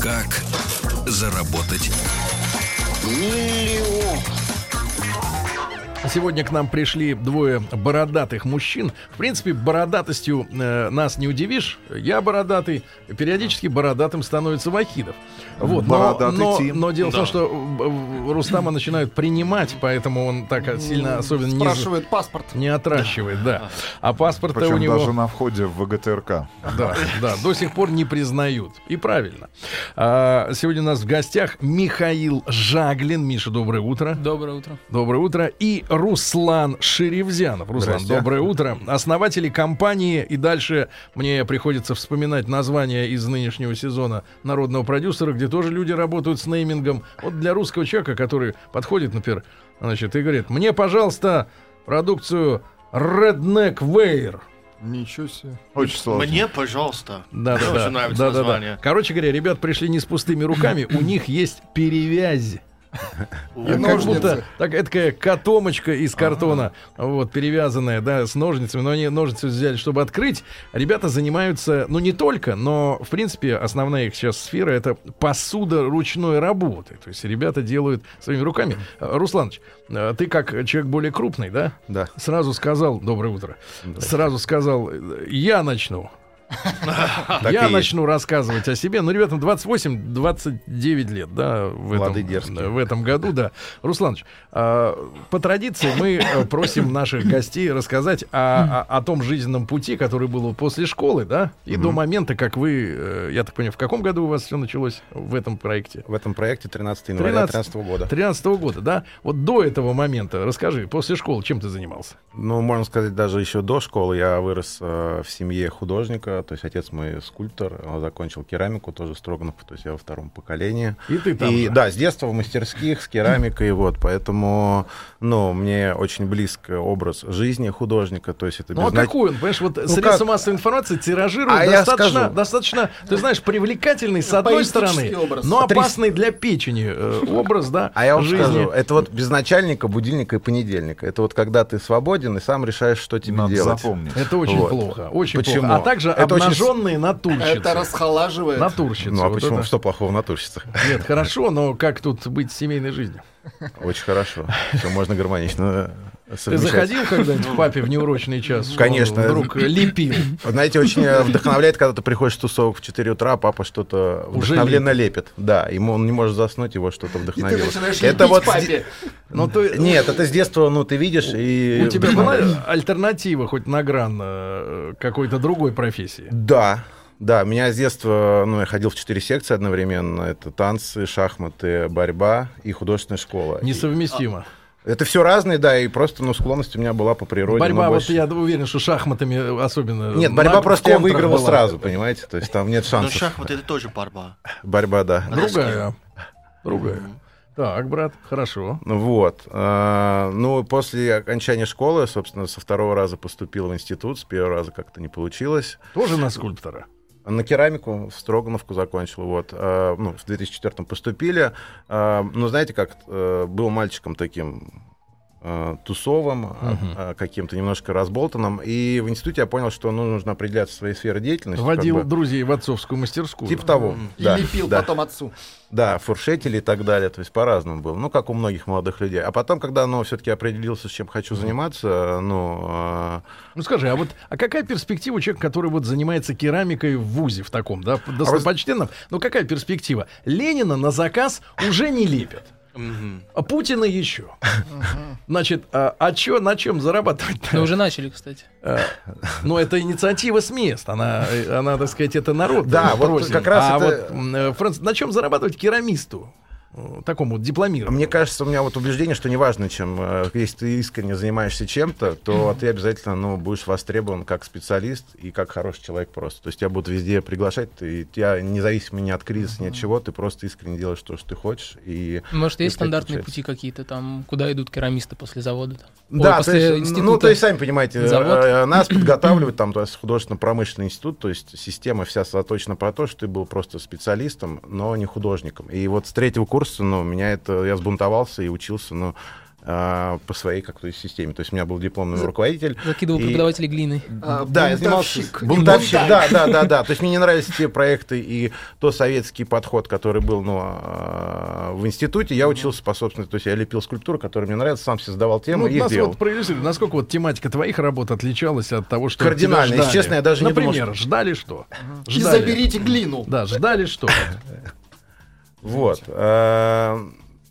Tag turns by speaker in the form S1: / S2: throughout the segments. S1: Как заработать
S2: Сегодня к нам пришли двое бородатых мужчин. В принципе, бородатостью э, нас не удивишь. Я бородатый. Периодически бородатым становится Вахидов. Вот, но-
S3: Бородатый
S2: но,
S3: Тим.
S2: но дело в том, что э, э, Рустама начинают принимать, поэтому он так сильно особенно не, за-
S4: Спрашивают паспорт.
S2: не отращивает. Да. А паспорт у
S3: Причем
S2: него...
S3: даже на входе в ВГТРК.
S2: Да, да, до сих пор не признают. И правильно. А, сегодня у нас в гостях Михаил Жаглин. Миша, доброе утро.
S5: Доброе утро.
S2: Доброе утро. И Руслан Шеревзянов. Руслан,
S3: Здрасте.
S2: доброе утро. Основатели компании. И дальше мне приходится вспоминать название из нынешнего сезона народного продюсера, где тоже люди работают с неймингом. Вот для русского человека, который подходит, например, значит, и говорит, мне, пожалуйста, продукцию Redneck Wear.
S4: Ничего себе.
S3: Очень сложно.
S6: Мне, пожалуйста.
S2: Да,
S6: Мне
S2: да, да.
S6: очень нравится
S2: да, да, да.
S6: название.
S2: Короче говоря, ребят пришли не с пустыми руками, у них есть перевязи.
S6: У-
S2: А Как
S4: ножницы.
S2: будто так, такая котомочка из картона, вот, перевязанная, да, с ножницами. Но они ножницы взяли, чтобы открыть. Ребята занимаются, ну, не только, но, в принципе, основная их сейчас сфера — это посуда ручной работы. То есть ребята делают своими руками. Э, Русланыч, э, ты как человек более крупный, да?
S7: Да.
S2: Сразу сказал, доброе утро, сразу сказал, э, я начну.
S7: Так и
S2: Я
S7: есть.
S2: начну рассказывать о себе. Ну, ребятам 28-29 лет, да, в этом,
S7: Лады дерзкие.
S2: в этом году, да. Русланыч, а, по традиции мы э, просим наших гостей рассказать о, о- о том жизненном пути, который был после школы, да, и до момента, как вы, э, я так понимаю, в каком году у вас все началось в этом проекте?
S7: В этом проекте 13 января
S2: 13
S7: 13 года.
S2: 13 года, да? Вот до этого момента расскажи, после школы чем ты занимался?
S7: Ну, можно сказать, даже еще до школы я вырос э, в семье художника. То есть отец мой скульптор, он закончил керамику, тоже Строганов. То есть я во втором поколении.
S2: И ты там
S7: И,
S2: же.
S7: да, с детства в мастерских, с керамикой, вот, поэтому, ну, мне очень близко образ жизни художника, то есть это
S2: Ну а
S7: безна-
S2: какой он, понимаешь, вот
S7: Ну,
S2: средства
S7: как-
S2: массовой информации тиражируют
S7: А я
S2: достаточно,
S7: скажу.
S2: достаточно, ты знаешь, привлекательный с одной
S4: Поэтический
S2: стороны,
S4: образ.
S2: но
S7: Трис-
S2: опасный для печени э, образ, да,
S7: А я вам
S2: жизни.
S7: скажу, это вот без начальника, будильника и понедельника. Это вот когда ты свободен и сам решаешь, что тебе
S3: Надо
S7: делать.
S3: запомнить.
S2: Это очень
S7: Вот.
S2: плохо, очень
S7: Почему?
S2: плохо. А также
S7: Это очень с-
S2: обнаженные натурщицы.
S4: Это расхолаживает.
S2: Натурщицы.
S7: Ну а
S2: вот
S7: почему?
S2: это.
S7: Что плохого в натурщицах?
S2: Нет, хорошо, но как тут быть с семейной жизнью?
S7: Очень хорошо. Все можно гармонично э,
S2: Ты
S7: совмещать.
S2: заходил когда-нибудь к папе в неурочный час? что
S7: Конечно.
S2: он Вдруг лепил.
S7: Вот Знаете, очень э, вдохновляет, когда ты приходишь с тусовок в 4 утра, а папа что-то
S2: Уже
S7: вдохновленно лепит. Да, ему он не может заснуть, его что-то
S4: И ты
S7: вдохновило.
S4: начинаешь
S7: Это
S4: лепить
S7: вот... с де-
S4: папе.
S2: Но ты,
S7: Нет, это с детства, ну, ты видишь и...
S2: Ну, у тебя была
S7: вдохновляет.
S2: альтернатива хоть на гран э, какой-то другой профессии?
S7: Да, да, меня с детства, ну, я ходил в четыре секции одновременно. Это танцы, шахматы, борьба и художественная школа. И
S2: Несовместимо.
S7: Это все разные, да, и просто, ну, склонность у меня была по природе.
S2: борьба,
S7: ну,
S2: вот
S7: больше-
S2: я уверен, что шахматами э, особенно.
S7: Нет,
S2: на-
S7: борьба
S2: в
S7: просто я
S2: контрах
S7: выигрывал
S2: была.
S7: сразу, понимаете? То есть там
S4: Ну,
S7: нет
S6: Но
S7: шансов.
S6: Ну, шахматы это тоже борьба.
S7: Борьба, да.
S2: Другая. Другая. Так, брат, хорошо.
S7: Ну Вот. А, Ну, после окончания школы, собственно, со второго раза поступил в институт, с первого раза как-то не получилось.
S2: Тоже на скульптора.
S7: На керамику в Строгановку закончил. Вот. А, Ну, в 2004 поступили. А, Ну, знаете, как э, был мальчиком таким э, тусовым, а, а, каким-то немножко разболтанным. И в институте я понял, что ну, нужно определяться в своей сфере деятельности. как
S2: Водил
S7: бы.
S2: друзей в отцовскую мастерскую.
S7: Типа того.
S4: И
S7: да,
S4: лепил
S7: да.
S4: потом отцу.
S7: Да, фуршетели и так далее, то есть по-разному было, ну, как у многих молодых людей. А потом, когда, ну, все-таки определился, с чем хочу заниматься, ну,
S2: Ну скажи, а вот а какая перспектива у человека, который вот занимается керамикой в ВУЗе в таком,
S7: А
S2: да, достопочтенном? Ну какая перспектива? Ленина на заказ уже не лепят.
S6: Мгм.
S2: А Путина еще. Значит, а, а чё, на чем зарабатывать?
S5: Мы Ну, уже начали, кстати.
S2: Э, Но это инициатива с мест, она, э, она так сказать, это народ.
S7: Да,
S2: э,
S7: вот
S2: просит.
S7: как раз
S2: а
S7: это-
S2: вот м, э, Франц, на чем зарабатывать керамисту?
S7: э,
S2: э, такому дипломированию?
S7: Мне кажется, у меня вот убеждение, что неважно, чем, э, если ты искренне занимаешься чем-то, то ты обязательно, ну, будешь востребован как специалист и как хороший человек просто. То есть тебя будут везде приглашать, ты, тебя независимо ни от кризиса, ни от чего, ты просто искренне делаешь то, что ты хочешь. И
S5: Может, есть
S7: И
S5: стандартные
S7: получается.
S5: пути какие-то там, куда идут керамисты после завода? там? Ой,
S7: Да, то
S5: после
S7: есть,
S5: института.
S7: ну, то есть, сами понимаете, э,
S5: Завод.
S7: э, нас подготавливают там, то есть, художественно-промышленный институт, то есть, система вся заточена про то, что ты был просто специалистом, но не художником. И вот с третьего курса, ну, меня это, я сбунтовался и учился, ну, э, по своей как-то системе. То есть, у меня был дипломный руководитель.
S5: Закидывал
S7: а, И-
S5: преподавателей глиной.
S4: А,
S7: да, я занимался...
S4: бунтовщик.
S7: Бунтовщик, да, да, да, да. То есть мне не нравились те проекты и то советский подход, который был ну, а, в институте. Я учился по собственной... То есть я лепил скульптуры, которые мне нравятся, сам себе создавал
S2: Ну,
S7: тему
S2: вот
S7: и их
S2: нас
S7: делал.
S2: вот проиллюстрируй, насколько вот тематика твоих работ отличалась от того, что
S7: Кардинально,
S2: тебя ждали.
S7: если честно, я даже не думал,
S2: Например, ждали что?
S4: И заберите глину.
S2: Да, ждали что?
S7: Вот. э,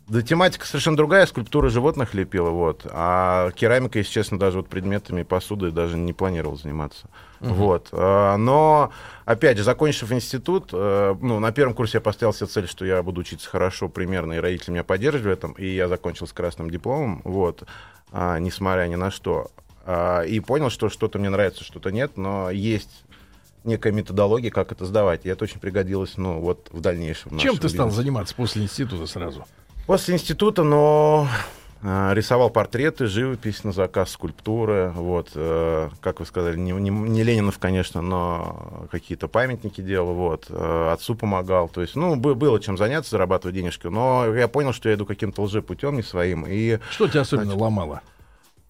S7: Да тематика совершенно другая, скульптуры животных лепила, вот. А керамика, если честно, даже вот предметами посуды даже не планировал заниматься. Вот. э, Но, опять же, закончив институт, э, ну, на первом курсе я поставил себе цель, что я буду учиться хорошо примерно, и родители меня поддерживали в этом, и я закончил с красным дипломом, вот, а, несмотря ни на что. А, И понял, что что-то мне нравится, что-то нет, но есть некая методология, как это сдавать. И это очень пригодилось, ну, вот в дальнейшем. в
S2: Чем
S7: нашем
S2: ты стал
S7: бизнесе.
S2: заниматься после института сразу?
S7: После института, но э, рисовал портреты, живопись на заказ, скульптуры, вот, э, как вы сказали, не, не- не Ленинов, конечно, но какие-то памятники делал, вот, э, отцу помогал, то есть, ну, бы- было чем заняться, зарабатывать денежки, но я понял, что я иду каким-то лжепутем не своим, и
S2: Что тебя особенно ломало?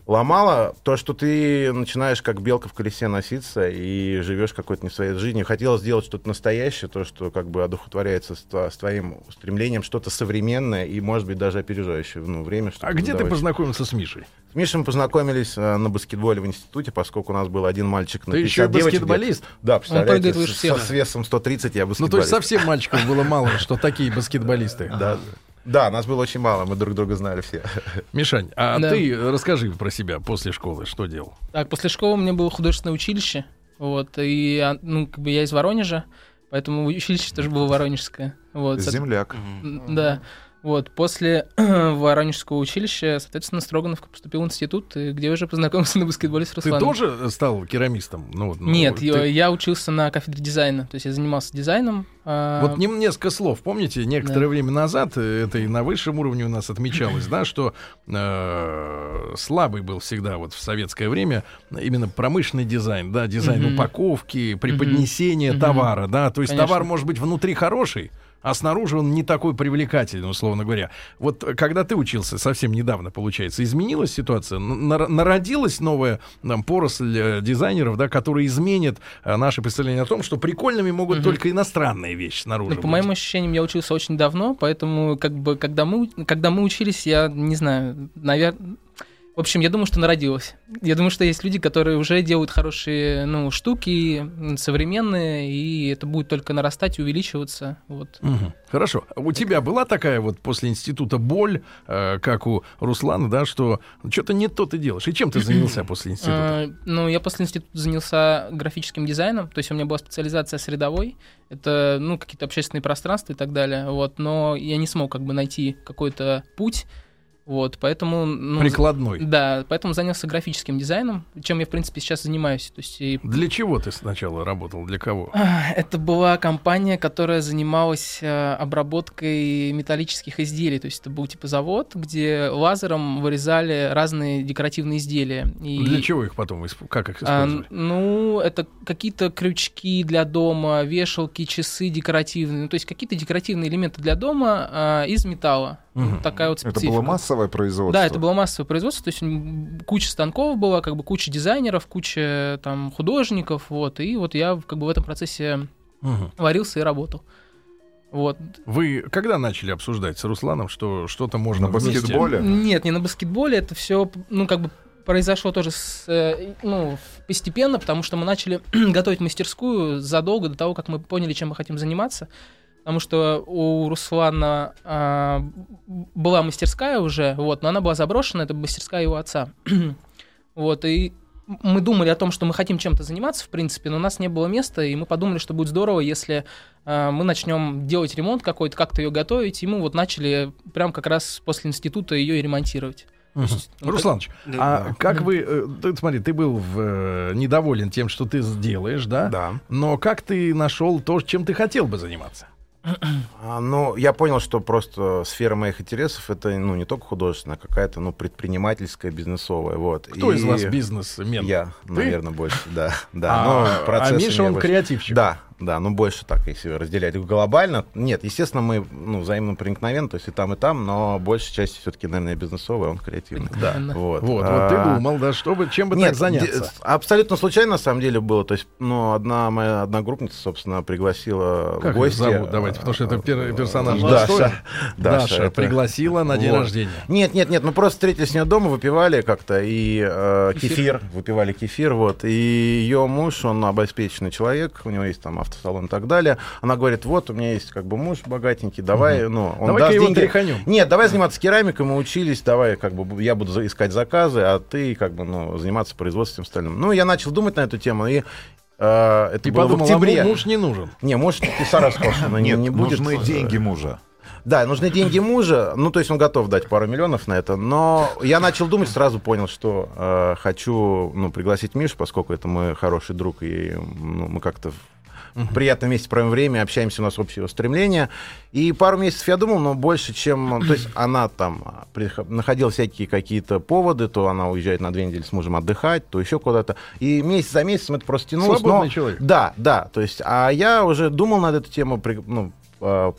S7: ломало то, что ты начинаешь как белка в колесе носиться и живешь какой-то не своей жизнью. Хотелось сделать что-то настоящее, то, что как бы одухотворяется с, тво- с твоим стремлением, что-то современное и, может быть, даже опережающее ну, время. что-то
S2: А где ты
S7: задавающее.
S2: познакомился с Мишей?
S7: С Мишей мы познакомились э, на баскетболе в институте, поскольку у нас был один мальчик на
S2: Ты
S7: 50
S2: еще и
S7: девочек
S2: баскетболист? А,
S7: где-то. Да, представляете,
S5: прыгает выше
S7: с-
S5: всех.
S7: со, с весом 130 я
S2: Ну, то есть
S7: баскетболист.
S2: совсем мальчиков было мало, что такие баскетболисты.
S7: Да. Да, нас было очень мало, мы друг друга знали все.
S2: Мишань, а
S5: Да.
S2: ты расскажи про себя после школы, что делал?
S5: Так, после школы у меня было художественное училище. Вот, и а, ну, как бы я из Воронежа, поэтому училище тоже было воронежское. Вот, со-
S3: Земляк.
S6: Мгм.
S5: М, Да. Вот, после Воронежского училища, соответственно, Строгановка поступил в институт, э, где уже познакомился на баскетболе с
S2: Ты
S5: Русланом.
S2: тоже стал керамистом? Ну, вот, ну,
S5: Нет,
S2: ты-
S5: я, я учился на кафедре дизайна, то есть я занимался дизайном. а,
S2: Вот не- несколько слов. Помните, некоторое время назад, э, это и на высшем уровне у нас отмечалось, да, что э, слабый был всегда вот в советское время именно промышленный дизайн, да, дизайн
S5: Мгм.
S2: упаковки, преподнесения
S5: Мгм.
S2: товара, да, то есть
S5: Конечно.
S2: товар может быть внутри хороший, а снаружи он не такой привлекательный, условно говоря. Вот э, когда ты учился совсем недавно, получается, изменилась ситуация, Н- нар- народилась новая там, поросль э, дизайнеров, да, которые изменят э, наше представление о том, что прикольными могут
S5: Мгм.
S2: только иностранные вещи снаружи.
S5: Ну, по
S2: быть.
S5: моим ощущениям, я учился очень давно, поэтому, как бы, когда мы, когда мы учились, я не знаю, наверное... В общем, я думаю, что народилась. Я думаю, что есть люди, которые уже делают хорошие ну, штуки, м, современные, и это будет только нарастать и увеличиваться. Вот.
S2: Мгм. Хорошо. А У тебя была такая вот после института боль, э, как у Руслана, да, что что-то не то ты делаешь. И чем ты занялся после института?
S5: А, ну, я после института занялся графическим дизайном, то есть у меня была специализация средовой, это, ну, какие-то общественные пространства и так далее, вот, но я не смог, как бы, найти какой-то путь, вот, поэтому... ну,
S2: Прикладной.
S5: Да, поэтому занялся графическим дизайном, чем я, в принципе, сейчас и занимаюсь. То есть, и-
S2: Для чего ты сначала работал? Для кого?
S5: Ах, Это была компания, которая занималась э, обработкой металлических изделий. То есть это был типа завод, где лазером вырезали разные декоративные изделия. И...
S2: Для чего их потом исп- как их
S5: А,
S2: использовать?
S5: ну, это какие-то крючки для дома, вешалки, часы декоративные. Ну, то есть какие-то декоративные элементы для дома а, из металла.
S2: Мгм.
S5: Вот такая вот
S3: Это
S5: специфика.
S3: было массовое производство?
S5: Да, это было массовое производство, то есть м, куча станков была, как бы куча дизайнеров, куча там художников, вот, и вот я как бы в этом процессе
S2: Мгм.
S5: варился и работал. Вот.
S2: Вы когда начали обсуждать с Русланом, что что-то можно
S3: На
S2: вместе?
S3: баскетболе?
S5: Нет, не на баскетболе, это все, ну, как бы произошло тоже с, э, ну, постепенно, потому что мы начали готовить мастерскую задолго до того, как мы поняли, чем мы хотим заниматься. Потому что у Руслана а, б- была мастерская уже, вот, но она была заброшена, это мастерская его отца. вот, и мы думали о том, что мы хотим чем-то заниматься, в принципе, но у нас не было места, и мы подумали, что будет здорово, если э, мы начнем делать ремонт какой-то, как-то ее готовить, и мы вот начали прям как раз после института ее и ремонтировать.
S2: Мгм.
S5: Ну,
S2: Русланыч,
S6: Да.
S2: а как вы, э, ты, смотри, ты был в, э, недоволен тем, что ты сделаешь, да?
S7: Да.
S2: Но как ты нашел то, чем ты хотел бы заниматься?
S7: А, Ну, я понял, что просто сфера моих интересов это ну не только художественная, а какая-то ну предпринимательская, бизнесовая, вот.
S2: Кто
S7: И
S2: из вас бизнесмен?
S7: Я,
S2: Ты?
S7: наверное, больше, да, да.
S2: А,
S7: но
S2: а
S7: процессами
S2: Миша,
S7: я
S2: он
S7: больше-
S2: креативщик.
S7: Да, да, ну больше так, если разделять глобально. Нет, естественно, мы ну, взаимно проникновенно, то есть и там, и там, но большая часть все-таки, наверное, бизнесовая, он креативный.
S5: Проникновенно.
S7: Вот,
S2: Вот, вот
S7: А,
S2: ты думал, да, что бы, чем бы
S7: нет,
S2: так заняться?
S7: де- абсолютно случайно, на самом деле, было. То есть, ну, одна моя одногруппница, собственно, пригласила
S2: Как
S7: в гости.
S2: ее зовут? Давайте, потому что это пер- персонаж.
S7: Даша.
S2: Даша,
S7: это-
S2: пригласила на день
S7: Вот.
S2: рождения.
S7: Нет, нет, нет, мы просто встретились у нее дома, выпивали как-то и э,
S5: Кефир.
S7: кефир. выпивали кефир, вот. И ее муж, он обеспеченный человек, у него есть там автосалон и так далее. Она говорит, вот у меня есть как бы муж богатенький, давай, ну, он
S2: Давай-ка
S7: даст
S2: его
S7: деньги.
S2: тряханем.
S7: Нет, давай заниматься керамикой, мы учились, давай, как бы, бу- я буду за- искать заказы, а ты, как бы, ну, заниматься производством и остальным. Ну, я начал думать на эту тему, и э, это
S2: И
S7: было
S2: подумал,
S7: в октябре.
S2: а му- муж не нужен.
S7: Не, может, Писара сказал, что она не,
S3: Нет,
S7: не будет. э,
S3: нужны деньги мужа.
S7: Да, нужны деньги мужа, ну, то есть он готов дать пару миллионов на это, но я начал думать, сразу понял, что э, хочу, ну, пригласить Мишу, поскольку это мой хороший друг, и ну, мы как-то в приятном месте проводим время, общаемся, у нас общее стремление. И пару месяцев я думал, но больше, чем... То есть она там а, приход- находила всякие какие-то поводы, то она уезжает на две недели с мужем отдыхать, то еще куда-то. И месяц за месяцем это просто тянулось. но-
S2: Свободный человек.
S7: да, да. То есть, а я уже думал над эту тему, при- ну, а,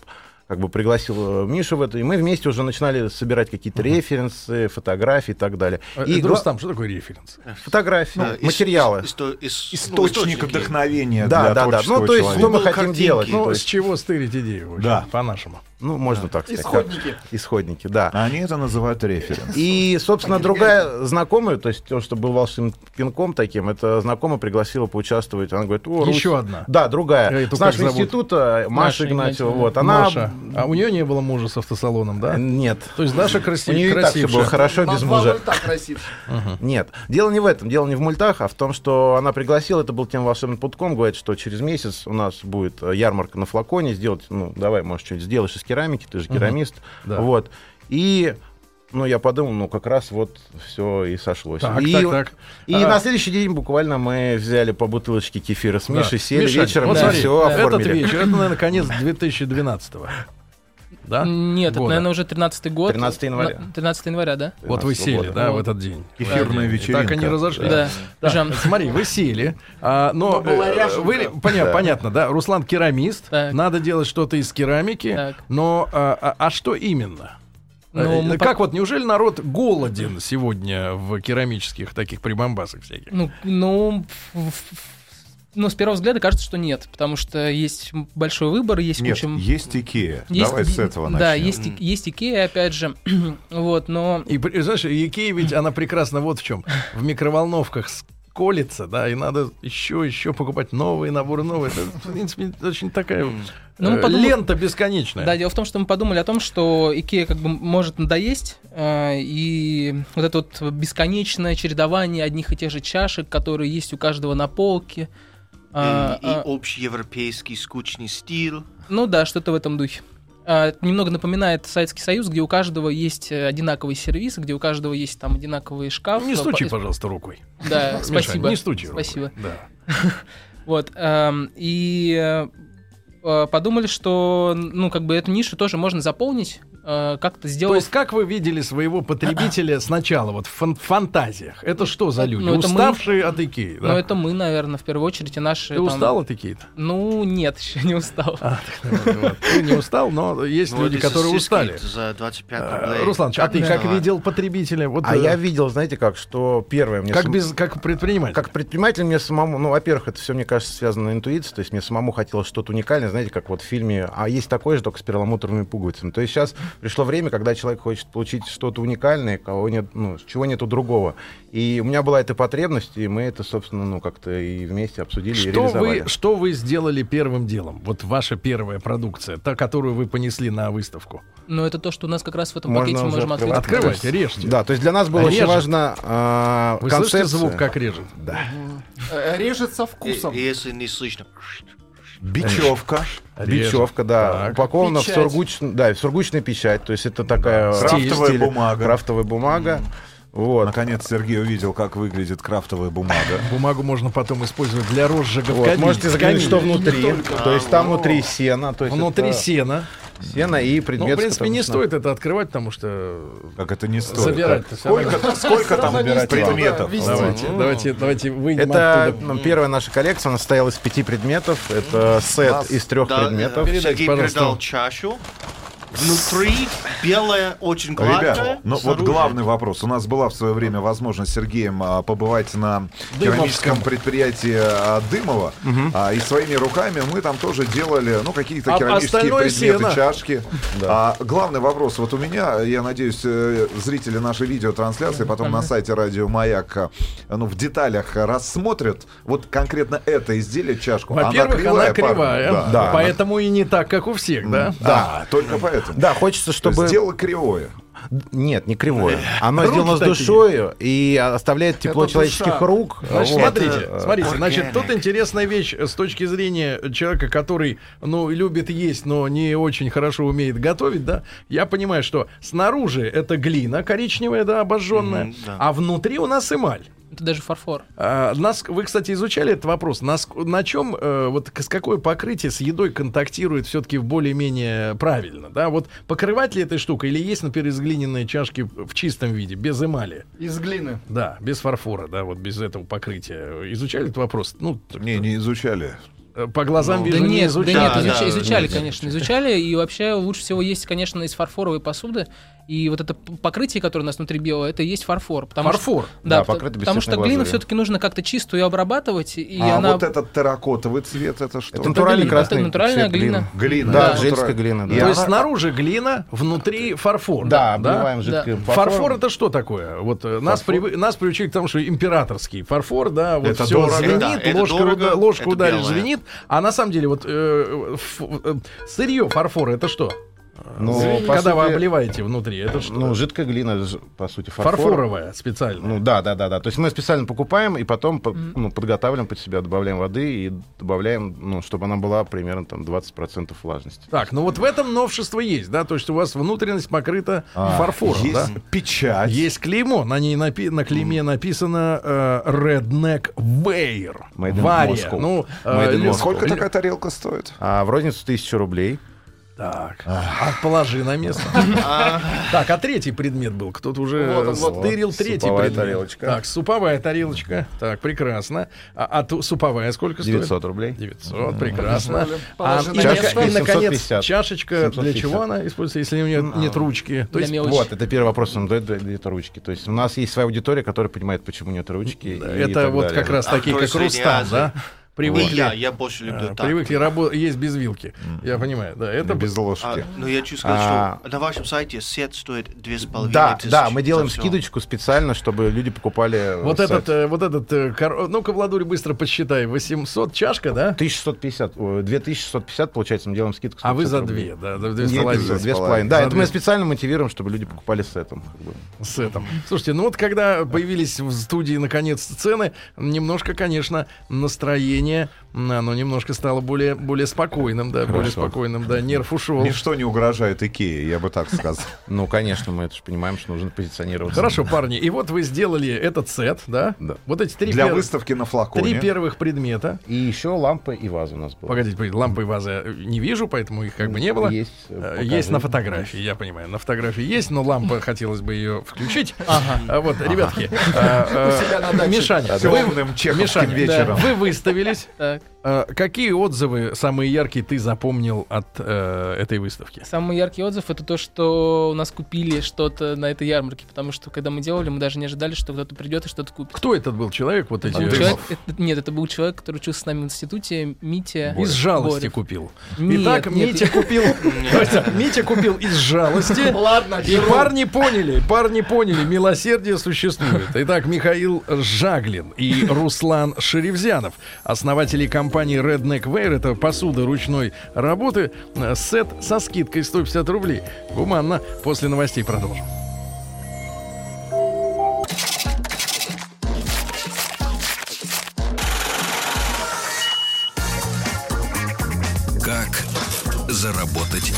S7: как бы пригласил э, Мишу в это, и мы вместе уже начинали собирать какие-то референсы, фотографии и так далее.
S2: Э, И
S7: И гла-
S2: Рустам, что такое референс?
S7: фотографии,
S3: ну,
S6: Да, Э, ис-
S7: материалы.
S6: ис- исто- ис- ну,
S3: Источник
S6: источники.
S3: вдохновения
S7: Да,
S3: для
S7: да, да.
S3: творческого
S7: Ну, то есть, что
S3: человека.
S7: мы
S6: Google
S7: хотим
S6: картинки.
S7: делать?
S2: Ну,
S7: Ну,
S2: с чего стырить идею? в общем,
S3: Да.
S2: По-нашему.
S7: ну, можно так сказать.
S4: Исходники.
S7: как- Исходники, да.
S3: А Они это называют референс.
S7: И, собственно, другая знакомая, то есть то, что был волшебным пинком таким, это знакомая пригласила поучаствовать. Она говорит, о, Русь».
S2: Еще одна.
S7: Да, другая.
S2: Эту
S7: С
S2: как
S7: нашего
S2: зовут?
S7: института Маша,
S5: Маша
S7: Игнатьева.
S5: Игнатьева,
S7: Вот, она...
S2: Маша. А у нее не было мужа с автосалоном, да?
S7: Нет.
S2: То есть Даша
S7: У
S2: красив...
S7: нее и так все было
S2: красивша.
S7: хорошо без мужа.
S4: так красив.
S7: Нет. Дело не в этом, дело не в мультах, а в том, что она пригласила, это был тем волшебным путком, говорит, что через месяц у нас будет э, ярмарка на флаконе, сделать, ну, давай, может, что-нибудь сделаешь из керамики, ты же керамист.
S2: Да.
S7: Вот. И, ну, я подумал, ну, как раз вот все и сошлось.
S2: Так,
S7: и
S2: так, так.
S7: и
S2: А.
S7: на следующий день буквально мы взяли по бутылочке кефира с Мишей,
S2: Да.
S7: сели
S2: Мишань,
S7: вечером
S2: вот
S7: и
S2: смотри,
S7: все
S2: этот
S7: оформили.
S2: вечер, это, наверное, конец 2012-го. Да?
S5: Нет, это,
S2: а? Года.
S5: наверное, уже 13-й год.
S7: 13 января.
S5: На- 13 января, да?
S2: Вот вы
S7: 12
S2: сели,
S7: года. Ну,
S2: да, в
S5: Вот.
S2: этот день.
S3: Эфирная
S2: Да.
S3: вечеринка.
S2: Так они разошлись.
S5: Да.
S2: Да.
S5: Жан. Ну,
S2: Смотри, вы сели, а, но,
S4: Но была
S2: э,
S4: ряженка.
S2: вы, поня-
S7: Да.
S2: понятно, да, Руслан керамист,
S5: Так.
S2: надо делать что-то из керамики,
S5: Так.
S2: но а, а- а что именно?
S5: Ну,
S2: Э,
S5: мы
S2: как
S5: по-
S2: вот, неужели народ голоден сегодня в керамических таких прибамбасах всяких?
S5: Ну, ну, ф- ф- ф- ну, с первого взгляда кажется, что нет, потому что есть м- большой выбор, есть
S3: Нет,
S5: куча... м-
S3: есть Икея.
S5: есть-
S3: Давай с этого начнем.
S5: Да, есть, и-
S6: Мгм.
S5: есть Икея, опять же, вот, но...
S2: И при- знаешь, Икея ведь она прекрасна вот в чем. В микроволновках колется, да, и надо еще, еще покупать новые наборы, новые. Это, в принципе, очень такая
S5: Ну, мы
S2: э,
S5: подумали-
S2: лента бесконечная.
S5: Да, дело в том, что мы подумали о том, что Икея как бы может надоесть, э, и вот это вот бесконечное чередование одних и тех же чашек, которые есть у каждого на полке. а,
S6: И- И
S5: а,
S6: общеевропейский скучный стиль.
S5: Ну да, что-то в этом духе. А, это Немного напоминает Советский Союз, где у каждого есть э, одинаковый сервис, где у каждого есть там одинаковые шкафы.
S2: Не стучи,
S5: По-
S2: пожалуйста, рукой.
S5: Да,
S2: Мишань,
S5: спасибо.
S2: не стучи рукой.
S5: Спасибо.
S2: Да.
S5: Вот. эм, И э, э, подумали, что, ну, как бы эту нишу тоже можно заполнить, э, как-то
S2: То
S5: сделать...
S2: есть, как вы видели своего потребителя сначала, вот в фан- фантазиях? Это что за люди?
S5: Ну, это мы-
S2: Уставшие от Икеи, да?
S5: Но это мы, наверное, в первую очередь, и наши...
S2: Ты
S5: там-
S2: устал от Икеи?
S5: Ну, нет, еще не устал.
S2: Ты не устал, но есть
S6: Ну,
S2: люди,
S6: это
S2: которые
S6: сиськи
S2: устали.
S6: За 25
S2: Э,
S6: рублей.
S2: Руслан, а ты как
S6: Давай.
S2: видел потребителя? Вот,
S7: А
S2: э,
S7: я видел, знаете как, что первое... мне
S2: как
S7: сам-
S2: без, как предприниматель?
S7: Как предприниматель мне самому, ну, во-первых, это все, мне кажется, связано на интуиции, то есть мне самому хотелось что-то уникальное, знаете, как вот в фильме, а есть такое же, только с перламутровыми пуговицами. То есть сейчас пришло время, когда человек хочет получить что-то уникальное, кого нет, ну, чего нет у другого. И у меня была эта потребность, и мы это, собственно, ну, как-то и вместе обсудили и
S2: Что
S7: реализовали.
S2: вы, что вы сделали первым делом? Вот ваша первая продукция, та, которую вы понесли на выставку.
S5: Но это то, что у нас как раз в этом
S7: Можно
S5: пакете мы
S7: уже
S5: можем
S7: открывать.
S5: открыть.
S2: Открывайте, режьте.
S7: Да, то есть для нас было
S2: Режет.
S7: очень важно а,
S2: Вы
S7: концепция.
S2: слышите звук, как режет? Да.
S4: Э, Режет со
S6: Э,
S4: вкусом.
S6: Если не слышно.
S3: Бичевка.
S7: Бечевка, да.
S2: Так.
S7: Упакована
S4: Печать.
S7: в, сургуч... да, в сургучную печать. То есть это такая
S2: Стиль,
S7: крафтовая
S3: Крафтовая
S7: стиль,
S3: бумага.
S7: крафтовая бумага. Вот.
S3: Наконец Сергей увидел, как выглядит крафтовая бумага.
S2: Бумагу можно потом использовать для розжига в
S7: Вот,
S2: камине.
S7: Можете
S2: Камин.
S7: заглянуть, что внутри. То есть там внутри сена. То есть
S2: Внутри
S7: это
S2: сена.
S7: сена и
S2: Ну,
S7: предмет.
S2: в принципе,
S7: который
S2: не
S7: нужно.
S2: стоит это открывать, потому что
S3: Как это не стоит.
S2: забирать-то всё равно.
S3: Сколько, сколько там
S4: Забирать
S3: предметов?
S4: туда,
S3: Давайте.
S2: Давайте, давайте, давайте выйдем
S7: Это
S2: оттуда.
S7: ну, первая наша коллекция, она состояла из пяти предметов. Это сет из трех
S6: Да,
S7: предметов.
S6: э, Сергей
S2: пожалуйста.
S6: передал чашу. Внутри белая, очень
S3: Ребята,
S6: гладкая.
S3: ну вот
S6: снаружи.
S3: главный вопрос. У нас была в свое время возможность с Сергеем а, побывать на керамическом предприятии а, Дымова. А, и своими руками мы там тоже делали ну, какие-то
S2: А
S3: керамические
S2: остальное
S3: предметы,
S2: сено.
S3: чашки. А, главный вопрос вот у меня, я надеюсь, э, зрители нашей видеотрансляции потом на сайте Радио Маяк а, ну, в деталях а, рассмотрят вот конкретно это изделие, чашку.
S2: Во-первых, она
S3: парня?
S2: кривая,
S3: Да.
S7: Да.
S2: поэтому и не так, как у всех, да?
S3: Да, только поэтому.
S7: Да, хочется, чтобы...
S3: Сделала кривое.
S7: Нет, не кривое. Оно
S2: Э, Руки
S7: сделано с
S2: такие.
S7: душою и оставляет тепло
S4: Это душа.
S7: человеческих рук.
S2: Значит,
S7: Вот.
S2: смотрите,
S7: Э,
S2: смотрите, значит,
S6: organic.
S2: тут интересная вещь э, с точки зрения человека, который, ну, любит есть, но не очень хорошо умеет готовить, да. Я понимаю, что снаружи это глина коричневая, да, обожженная,
S6: Мгм, да.
S2: а внутри у нас эмаль.
S5: Это даже фарфор.
S2: А, нас, вы, кстати, изучали этот вопрос. Нас, на чем, э, вот с какое покрытие с едой контактирует все-таки более-менее правильно, да? Вот покрывать ли этой штукой или есть, например, из глиняной чашки в чистом виде, без эмали?
S4: Из глины.
S2: Да, без фарфора, да, вот без этого покрытия. Изучали этот вопрос? Ну, т-
S3: Не, не изучали.
S2: э, по глазам
S5: Ну, Да
S2: вижу, не
S5: нет,
S2: изучали.
S5: да нет,
S6: Да,
S5: изуч-
S6: да,
S5: изучали,
S6: нет,
S5: конечно, изучали. И вообще лучше всего есть, конечно, из фарфоровой посуды. И вот это п- покрытие, которое у нас внутри белое, это и есть фарфор. Потому что-
S2: Фарфор.
S5: да,
S7: Да,
S5: пот-
S7: покрыто
S5: потому что
S7: бесцветной
S5: глину
S7: глазурью.
S5: все-таки нужно как-то чистую обрабатывать, и
S3: а
S5: она
S3: вот этот терракотовый цвет, это что?
S7: Это натуральный
S5: глина,
S7: красный
S5: это натуральная
S7: цвет глины.
S5: глина.
S3: Глина.
S7: Да,
S5: Да.
S7: жильская глина.
S3: И
S2: То
S7: Да,
S2: есть
S3: она-
S2: снаружи глина, внутри фарфор.
S7: да обливаем жидким
S2: Фарфор.
S7: фарфором.
S2: это что такое? Вот э, нас, привы- нас приучили к тому, что императорский фарфор, да, вот
S3: Это
S2: все
S3: дорого.
S2: звенит,
S6: Да, это
S2: ложка,
S6: дорого,
S2: уда- ложка
S6: это
S2: ударишь,
S6: белое.
S2: звенит. А на самом деле, вот э, ф- э, сырье фарфора это что?
S7: Ну,
S2: Звенит,
S7: по
S2: Когда вы
S7: сути,
S2: обливаете внутри, это что?
S7: Ну, жидкая глина, ж- по сути, фарфор.
S2: Фарфоровое специально.
S7: Ну да, да, да, да. То есть мы специально покупаем и потом по- ну, подготавливаем под себя, добавляем воды и добавляем, ну, чтобы она была примерно там 20% влажности.
S2: Так, ну вот в этом новшество есть, да, то есть у вас внутренность покрыта
S7: А,
S2: фарфором,
S3: Есть
S2: да?
S3: печать.
S2: Есть клеймо, на ней напи- на клейме написано э, Redneck Wear.
S7: Made in
S2: Варя.
S7: Moscow.
S2: Ну,
S7: Made in
S2: лес-
S7: Moscow.
S3: Сколько
S2: ле-
S3: такая тарелка стоит?
S7: А в розницу 1000 рублей.
S2: Так, а, положи на место. Так, а третий предмет был. Кто-то уже стырил третий
S7: Суповая
S2: предмет.
S7: тарелочка.
S2: Так, суповая тарелочка. Так, прекрасно. А- А ту- суповая сколько стоит?
S7: 900 рублей.
S2: 900, прекрасно. А,
S4: Положи
S2: и,
S4: на
S2: нака-
S4: место.
S2: и, наконец,
S7: 750.
S2: чашечка, для
S7: 750.
S2: чего она используется, если у нее нет ручки? То
S5: Для
S2: есть
S5: мелочи.
S7: Вот, это первый вопрос, нам дает для- для этой ручки. То есть у нас есть своя аудитория, которая понимает, почему нет ручки. и
S2: это
S7: так
S2: вот
S7: далее.
S2: как раз
S6: А
S2: такие,
S6: кто
S2: как
S6: из Средней
S2: Рустам,
S6: Азии?
S2: да?
S6: Не
S2: Привыкли.
S6: я, я больше люблю
S2: А,
S6: так.
S2: Привыкли рабо- есть без вилки. Я понимаю, да. Это
S3: без
S6: А,
S3: ложки.
S6: но я хочу сказать,
S7: А.
S6: что на вашем сайте сет стоит две с половиной
S7: Да,
S6: тысячи
S7: да, мы делаем
S6: за всё.
S7: скидочку специально, чтобы люди покупали...
S2: вот
S7: сайт.
S2: этот, э, вот этот, э, кор- ну-ка, Владуля, быстро посчитай, 800 чашка, да?
S7: 1650, о, 2650, получается, мы делаем скидку.
S2: э, А вы за
S7: 700 рублей.
S2: две, да, за две
S7: Нет,
S2: с половиной.
S7: за две с половиной. Да,
S2: За
S7: это
S2: две.
S7: мы специально мотивируем, чтобы люди покупали сетом. как бы.
S2: с этим. Слушайте, ну вот когда появились в студии наконец цены, немножко, конечно, настроение, м, оно немножко стало более, более спокойным, да, более спокойным, да, нерв ушел.
S3: Ничто не угрожает Икее, я бы так сказал.
S7: Ну, конечно, мы это же понимаем, что нужно позиционироваться.
S2: Хорошо, парни, и вот вы сделали этот сет, да?
S7: Да.
S2: Вот эти три,
S3: Для
S2: пер-
S3: выставки на
S2: три
S3: флаконе.
S2: первых предмета.
S7: И еще лампы и ваза у нас была.
S2: Погодите, погодите, лампы и вазы я не вижу, поэтому их как бы не было.
S7: Есть, э,
S2: Э,
S7: покажи.
S2: Есть на фотографии, я понимаю. На фотографии есть, но лампа хотелось бы ее включить. А Вот, ребятки, э, э,
S4: себя на даче.
S2: Мишаня,
S3: С темным чеховским
S2: Мишаня,
S3: вечером.
S2: вы выставились.
S5: так.
S2: А, э, какие отзывы самые яркие ты запомнил от э, этой выставки?
S5: Самый яркий отзыв это то, что у нас купили что-то на этой ярмарке, потому что когда мы делали, мы даже не ожидали, что кто-то придет и что-то купит.
S2: Кто этот был человек? Вот эти
S5: Был человек- это- нет, это был человек, который учился с нами в институте, Митя.
S2: из жалости
S5: Борев.
S2: купил.
S5: Нет,
S2: Итак,
S5: нет,
S2: Митя купил. Давайте, Митя купил из жалости.
S4: Ладно,
S2: И парни поняли, парни поняли, милосердие существует. Итак, Михаил Жаглин и Руслан Шеревзянов, основатели компании Redneck Wear, это посуда ручной работы, э, сет со скидкой 150 рублей. Гуманно. После новостей продолжим.
S1: Как заработать?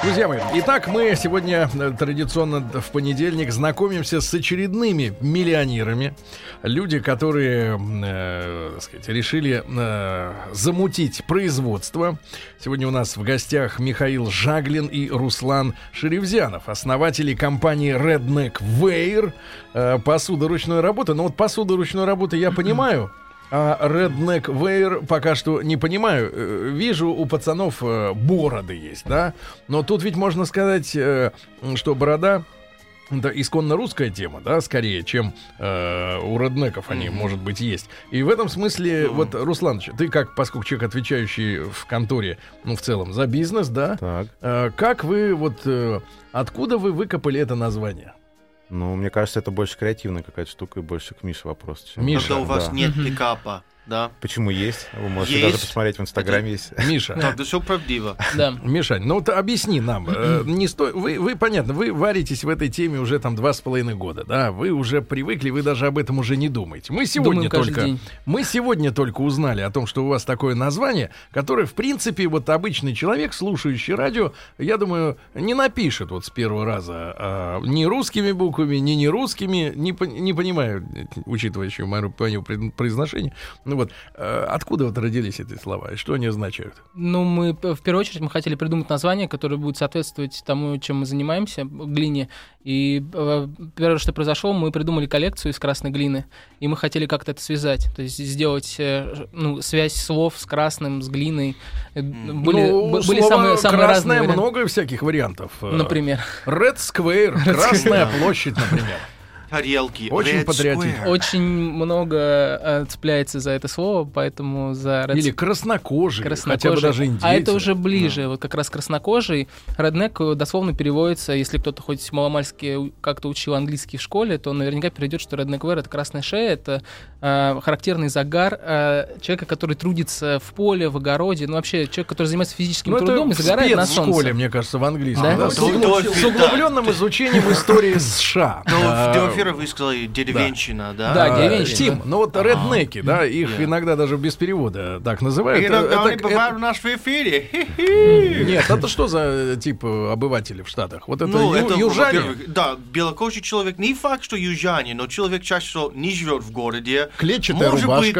S2: Друзья мои, итак, мы сегодня э, традиционно в понедельник знакомимся с очередными миллионерами. Люди, которые, э, так сказать, решили э, замутить производство. Сегодня у нас в гостях Михаил Жаглин и Руслан Шеревзянов, основатели компании Redneck Wear, э, посуда ручной работы. Но вот посуда ручной работы я понимаю, а Redneck Wear пока что не понимаю. Э, Вижу, у пацанов э, бороды есть, да? Но тут ведь можно сказать, э, что борода это исконно русская тема, да, скорее, чем э, у реднеков они, может быть, есть. И в этом смысле, вот, Русланович, ты как, поскольку человек, отвечающий в конторе, ну, в целом, за бизнес, да,
S7: Так.
S2: э, как вы, вот, э, откуда вы выкопали это название?
S7: Ну, мне кажется, это больше креативная какая-то штука и больше к Мише вопрос. чем-
S2: Миша,
S6: Когда у вас
S7: да.
S6: нет пикапа, да?
S7: Почему есть? Вы можете
S6: Есть.
S7: даже посмотреть в Инстаграме есть.
S2: Миша.
S6: Так, да все правдиво.
S5: Да.
S2: Мишань, ну вот объясни нам, э, не сто... вы, вы, понятно, вы варитесь в этой теме уже там два с половиной года, да, вы уже привыкли, вы даже об этом уже не думаете. Мы сегодня
S5: Думаем каждый
S2: только,
S5: день.
S2: мы сегодня только узнали о том, что у вас такое название, которое, в принципе, вот обычный человек, слушающий радио, я думаю, не напишет вот с первого раза а, ни русскими буквами, ни не русскими, не, пон- не понимаю, э, учитывая еще мое, мое пред- произношение, ну вот, э, откуда вот родились эти слова и что они означают?
S5: Ну, мы п- в первую очередь мы хотели придумать название, которое будет соответствовать тому, чем мы занимаемся, глине. И э, первое, что произошло, мы придумали коллекцию из красной глины, и мы хотели как-то это связать, то есть сделать э, ж- ну, связь слов с красным, с глиной. Э, Были,
S2: Ну,
S5: б- были
S2: слово
S5: самые, самые
S2: «красное»
S5: разные варианты.
S2: много всяких вариантов. Э,
S5: Например,
S2: Red Square, Красная площадь, например.
S6: Тарелки.
S2: Очень
S6: Red
S2: патриотично.
S6: Square.
S5: очень много э, цепляется за это слово, поэтому за Red
S2: Или краснокожие, хотя бы
S5: Краснокожий.
S2: даже индейцы.
S5: А это уже ближе, вот как раз краснокожий. Реднек э, дословно переводится, если кто-то хоть маломальски у- как-то учил английский в школе, то он наверняка перейдет, что реднек wear — это красная шея, это э, характерный загар э, человека, который трудится в поле, в огороде, ну вообще человек, который занимается физическим
S2: Ну, это
S5: трудом и
S2: в
S5: загорает на солнце.
S2: спецшколе, мне кажется, в английском.
S5: Да?
S2: да,
S6: Ну,
S2: с,
S6: да,
S2: углуб-
S6: да.
S2: с углубленным изучением истории США.
S6: Ну,
S2: А,
S6: в Деофере вы сказали деревенщина, да?
S5: Да,
S2: а,
S5: деревенщина.
S2: Тим, ну вот реднеки, да, их
S6: Да.
S2: иногда даже без перевода так называют.
S6: Иногда
S2: Это-
S6: они
S2: это-
S6: бывают в нашем эфире.
S2: Нет, это что за э, тип э, обывателей в Штатах? Вот это ю-
S6: ну, это,
S2: южане?
S6: во-первых, Да, белокожий человек, не факт, что южане, но человек чаще всего не живет в городе.
S2: Клетчатая рубашка.
S6: Быть,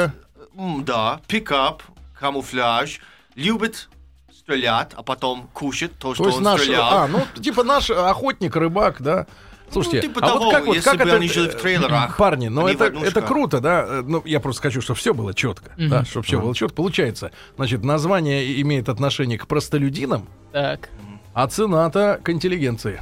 S6: м, да, пикап, камуфляж, любит стрелять, а потом кушать то, что
S2: То есть
S6: он
S2: наш,
S6: стрелял.
S2: а, ну, типа наш охотник, рыбак, да. Слушайте,
S6: типа
S2: а вот
S6: того,
S2: как, вот,
S6: если
S2: как
S6: бы
S2: это, э,
S6: они жили в трейлерах,
S2: парни, ну
S6: а не
S2: это,
S6: в однушках.
S2: это круто, да, э, ну, я просто хочу, чтобы все было четко, да, чтобы все было четко. Получается, значит, название и- имеет отношение к простолюдинам,
S5: Так,
S2: а цена-то к интеллигенции.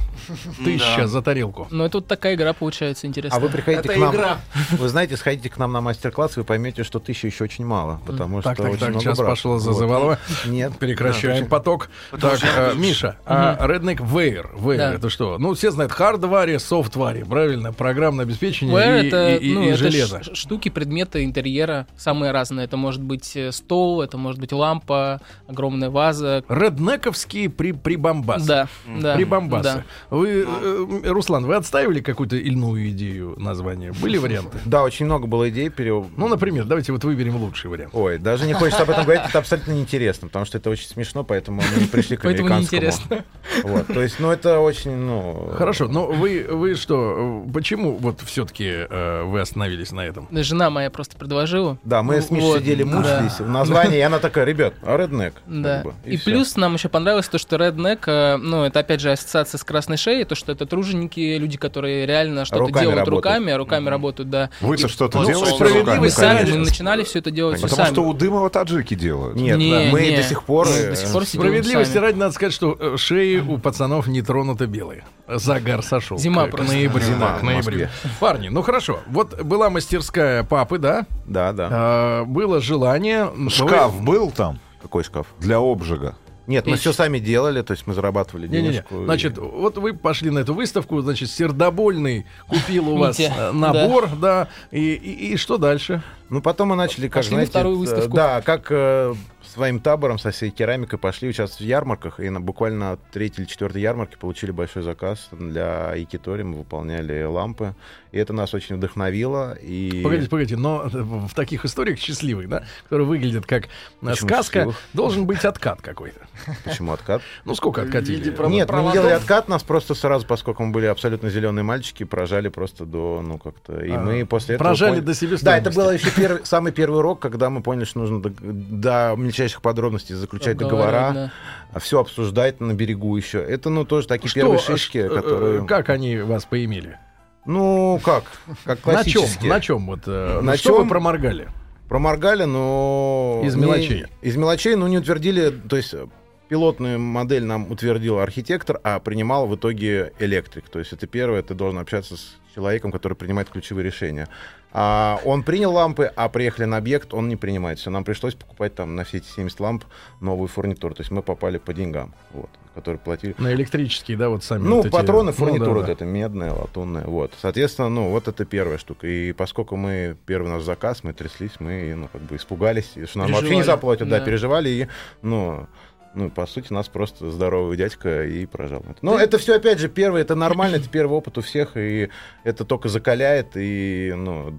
S2: Тысяча за тарелку.
S5: ну это вот такая игра получается интересная.
S7: А вы приходите
S4: Это
S7: к нам.
S4: игра.
S7: Вы знаете, сходите к нам на мастер-класс, вы поймете, что тысячи еще очень мало, потому что
S2: Так, так,
S7: очень
S2: так,
S7: много
S2: сейчас
S7: брак.
S2: пошло
S7: Вот.
S2: зазывалово.
S7: Нет.
S2: Прекращаем
S7: Да,
S2: поток.
S6: Потому
S2: так,
S6: что я
S2: э,
S6: буду-
S2: Миша, а Redneck Wear, Wear
S5: Да.
S2: это что? Ну, все знают, хардваре, софтваре, правильно, программное обеспечение
S5: Wear
S2: и,
S5: это,
S2: и- и-
S5: ну,
S2: и
S5: это
S2: железо.
S5: ш- штуки, предметы интерьера самые разные. Это может быть э, стол, это может быть лампа, огромная ваза.
S2: Реднековские при, прибамбасы.
S5: Да, да.
S2: Прибамбасы.
S5: да.
S2: Вы, э, э, Руслан, вы отстаивали какую-то иную идею названия? Были варианты?
S7: Да, очень много было идей. пере-
S2: Ну, например, давайте вот выберем лучший вариант.
S7: Ой, даже не хочется об этом говорить, это абсолютно неинтересно, потому что это очень смешно, поэтому мы не пришли к
S5: Поэтому
S7: американскому.
S5: неинтересно.
S7: Вот, то есть, ну, это очень, ну...
S2: Хорошо, но вы, вы что, э, почему вот все-таки вы остановились на этом?
S5: Жена моя просто предложила.
S7: Да, мы с Мишей
S5: Вот,
S7: сидели,
S5: да.
S7: мучились в названии, и она такая, ребят, а реднек.
S5: Да.
S7: как бы,
S5: И,
S7: всё.
S5: плюс нам еще понравилось то, что Redneck э, ну, это опять же ассоциация с красной шеей, то, что это труженики, люди, которые реально что-то
S7: Руками
S5: делают
S7: работают.
S5: руками, руками работают, да.
S3: Вы-то что-то
S6: Ну,
S3: делаете
S6: справедливость
S3: руками,
S5: мы сами
S3: конечно.
S5: мы начинали все это делать всё
S3: Потому
S5: сами.
S3: что у Дымова таджики делают.
S7: Нет,
S5: Не,
S7: да, мы
S5: не.
S7: до сих пор...
S5: Мы
S7: э,
S5: до сих пор сидим
S2: Справедливости
S5: сами.
S2: ради надо сказать, что э, шеи у пацанов не тронуты белые. Загар сошел.
S5: Зима
S2: к, к
S5: просто.
S2: ноябрю.
S7: Зима
S2: да, к
S7: в
S2: ноябрю.
S7: Москве.
S2: Парни, ну хорошо. Вот была мастерская папы, да?
S7: Да, да.
S2: А, было желание... ну,
S3: Шкаф был там
S7: Какой шкаф?
S3: для обжига.
S7: Нет, мы
S5: Печь.
S7: все сами делали, то есть мы зарабатывали
S2: Не-не-не.
S7: денежку. и-
S2: Значит, вот вы пошли на эту выставку, значит, сердобольный купил у вас
S5: Митя,
S2: э, набор, да, и, и, и что дальше?
S7: Ну, потом мы начали, как,
S5: Пошли на
S7: знаете,
S5: вторую
S7: э,
S5: выставку.
S7: Да, как э, своим табором со всей керамикой пошли участвовать в ярмарках, и на буквально от третьей или четвертой ярмарки получили большой заказ для Икитори, мы выполняли лампы, и это нас очень вдохновило, и...
S2: Погодите, погодите, но э, в таких историях счастливых, да, которые выглядят как э,
S7: Почему
S2: сказка,
S7: счастливых?
S2: должен быть откат какой-то.
S7: Почему откат?
S2: Ну сколько откатили?
S4: виде прав-
S7: Нет, ну, мы не
S4: проводов?
S7: делали откат, нас просто сразу, поскольку мы были абсолютно зеленые мальчики, прожали просто до, ну как-то, и
S2: А,
S7: мы после этого...
S2: прожали
S7: поняли-
S2: до себестоимости.
S7: Да, это был еще первый- самый первый урок, когда мы поняли, что нужно до, до мельчайших подробностей заключать договора,
S5: Обговаривать, да.
S7: все обсуждать на берегу еще. Это, ну, тоже такие
S2: Что,
S7: первые
S2: а,
S7: шишки,
S2: э, э,
S7: которые...
S2: Как они вас поимели?
S7: Ну, как? Как
S2: На чем?
S7: классические.
S2: На чем вот? э,
S7: На
S2: что вы
S7: чем?
S2: проморгали?
S7: Проморгали, но...
S2: Из
S7: не-
S2: мелочей.
S7: Из мелочей, но не утвердили, то есть... э, Пилотную модель нам утвердил архитектор, а принимал в итоге электрик. То есть это первое, ты должен общаться с человеком, который принимает ключевые решения. А он принял лампы, а приехали на объект, он не принимает. Все, нам пришлось покупать там на все эти 70 ламп новую фурнитуру. То есть мы попали по деньгам, вот, которые платили.
S2: На электрические, да, вот сами.
S7: Ну,
S2: вот эти-
S7: патроны,
S2: Ну,
S7: фурнитура,
S2: да,
S7: вот
S2: да.
S7: это медная, латунная, вот. Соответственно, ну, вот это первая штука. И поскольку мы, первый наш заказ, мы тряслись, мы, ну, как бы испугались, и что нам вообще не
S5: Переживали,
S7: заплатят, да,
S5: да.
S7: переживали, и, ну, ну, по сути, нас просто здоровый дядька и прожал. Но это все, опять же, первое, это нормально, это первый опыт у всех, и это только закаляет, и, ну,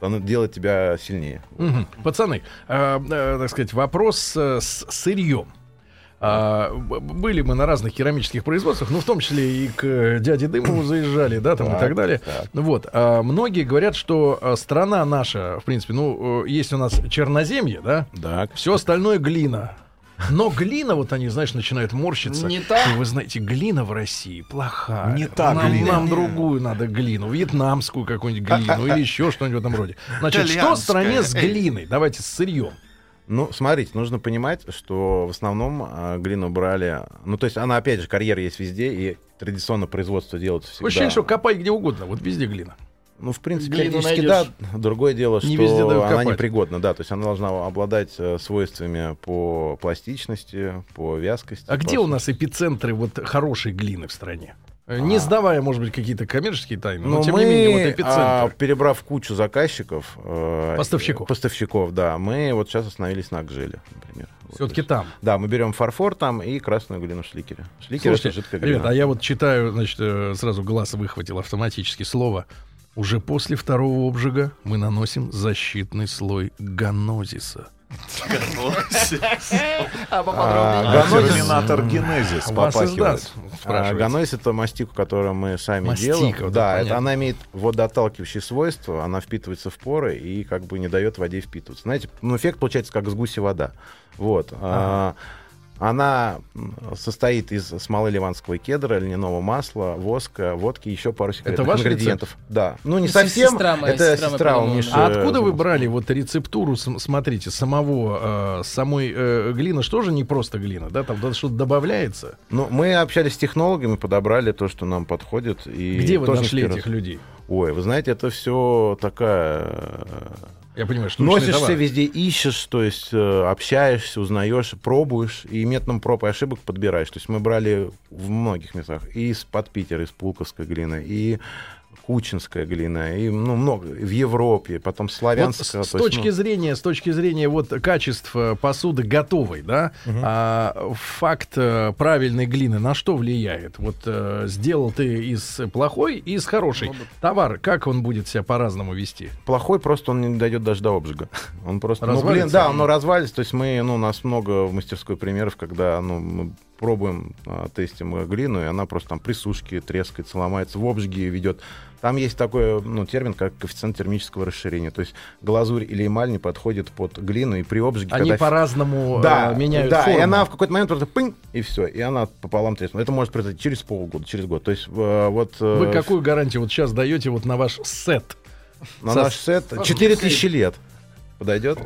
S7: оно делает тебя сильнее.
S2: Мгм. Пацаны, э, э, так сказать, вопрос э, с сырьем. А, б- были мы на разных керамических производствах, ну, в том числе и к э, дяде Дымову заезжали, да, там и так
S7: Так,
S2: далее.
S7: так.
S2: Вот. а, многие говорят, что э, страна наша, в принципе, ну, э, есть у нас черноземье, да,
S7: Так.
S2: все остальное глина. Но глина, вот они, знаешь, начинают морщиться.
S4: Не та?
S2: И Вы знаете, глина в России плохая.
S3: Не та
S2: нам,
S3: глина.
S2: Нам другую надо глину. Вьетнамскую какую-нибудь глину или еще что-нибудь в этом роде. Значит, что в стране с
S6: Итальянская.
S2: глиной? Давайте с сырьем.
S7: Ну, смотрите, нужно понимать, что в основном а, глину брали... Ну, то есть она, опять же, карьера есть везде, и традиционно производство делается всегда.
S2: Ощущение, что копай где угодно, вот везде глина.
S7: Ну, в принципе,
S4: глину
S7: практически да.
S4: найдёшь.
S7: Другое дело, что
S2: Не везде дают
S7: она
S2: копать.
S7: непригодна, да. То есть она должна обладать э, свойствами по пластичности, по вязкости.
S2: А
S7: по
S2: где у нас эпицентры вот хорошей глины в стране? Э, Не сдавая, может быть, какие-то коммерческие тайны, но,
S7: Ну,
S2: тем
S7: мы,
S2: не менее, вот
S7: а,
S2: эпицентр.
S7: перебрав кучу заказчиков... э,
S2: Поставщиков.
S7: Поставщиков, да. Мы вот сейчас остановились на Акжеле, например. Вот.
S2: Все-таки там.
S7: Да, мы берем фарфор там и красную глину в шликере. Шликер это
S2: Слушайте,
S7: жидкая
S2: ребят,
S7: глина.
S2: а я вот читаю, значит, э, сразу глаз выхватил автоматически слово. Уже после второго обжига мы наносим защитный слой ганозиса.
S4: А поподробнее?
S7: А,
S3: Генезис.
S7: Генезис.
S3: Терминатор генезис
S2: А Вас
S3: попахивает.
S2: издаст,
S7: А
S2: спрашивается.
S7: Ганойс это мастику, которую мы сами
S2: Мастика,
S7: делаем.
S2: вот это
S7: да, это
S2: понятно.
S7: она имеет водоотталкивающие свойства, она впитывается в поры и как бы не дает воде впитываться. Знаете, ну, эффект получается как с гуси вода. Вот. А, она м, состоит из смолы ливанского кедра, льняного масла, воска, водки и еще пару секретных
S2: ваш
S7: ингредиентов. Да. Ну, не
S5: С-
S7: совсем.
S5: сестра моя,
S7: это
S5: сестра моя
S7: сестра у
S5: придумала.
S7: Миши.
S2: А откуда вы
S7: Зубов.
S2: брали вот рецептуру, см- смотрите, самого, э, самой э, глины? Что же не просто глина, да? Там что-то добавляется.
S7: Ну, мы общались с технологами, подобрали то, что нам подходит. И
S2: Где вы
S7: тоже
S2: нашли
S7: вперед.
S2: этих людей?
S7: Ой, вы знаете, это все такая э,
S2: Я понимаю, что
S7: Носишься везде, ищешь, то есть э, общаешься, узнаешь, пробуешь, и методом проб и ошибок подбираешь. То есть мы брали в многих местах. И из-под Питера, из Пулковской глины, и Кучинская глина, и ну, много, в Европе, потом
S2: Вот
S7: Славянская.
S2: с, с
S7: то есть,
S2: точки
S7: ну,
S2: зрения, с точки зрения вот качеств э, посуды готовой, да, а, факт э, правильной глины на что влияет? Вот э, сделал ты из плохой и из хорошей
S7: Ну,
S2: товар, как он будет себя по-разному вести?
S7: плохой просто он не дойдет даже до обжига. Он просто... Ну,
S2: Развалится?
S7: блин, да, оно развалится. То есть мы, ну, у нас много в мастерской примеров, когда ну, мы пробуем, а, тестим э, глину, и она просто там при сушке трескается, ломается, в обжиге ведет. Там есть такой ну, термин, как коэффициент термического расширения. То есть глазурь или эмаль не подходит под глину, и при обжиге...
S2: Они
S7: когда фи-
S2: по-разному э,
S7: да,
S2: меняют
S7: да,
S2: форму.
S7: и она в какой-то момент просто пынь, и все, и она пополам треснула. Это может произойти через полгода, через год. То есть э, вот э,
S2: Вы какую гарантию вот сейчас даете вот на ваш сет?
S7: на
S2: со-
S7: наш сет 4000 лет подойдет.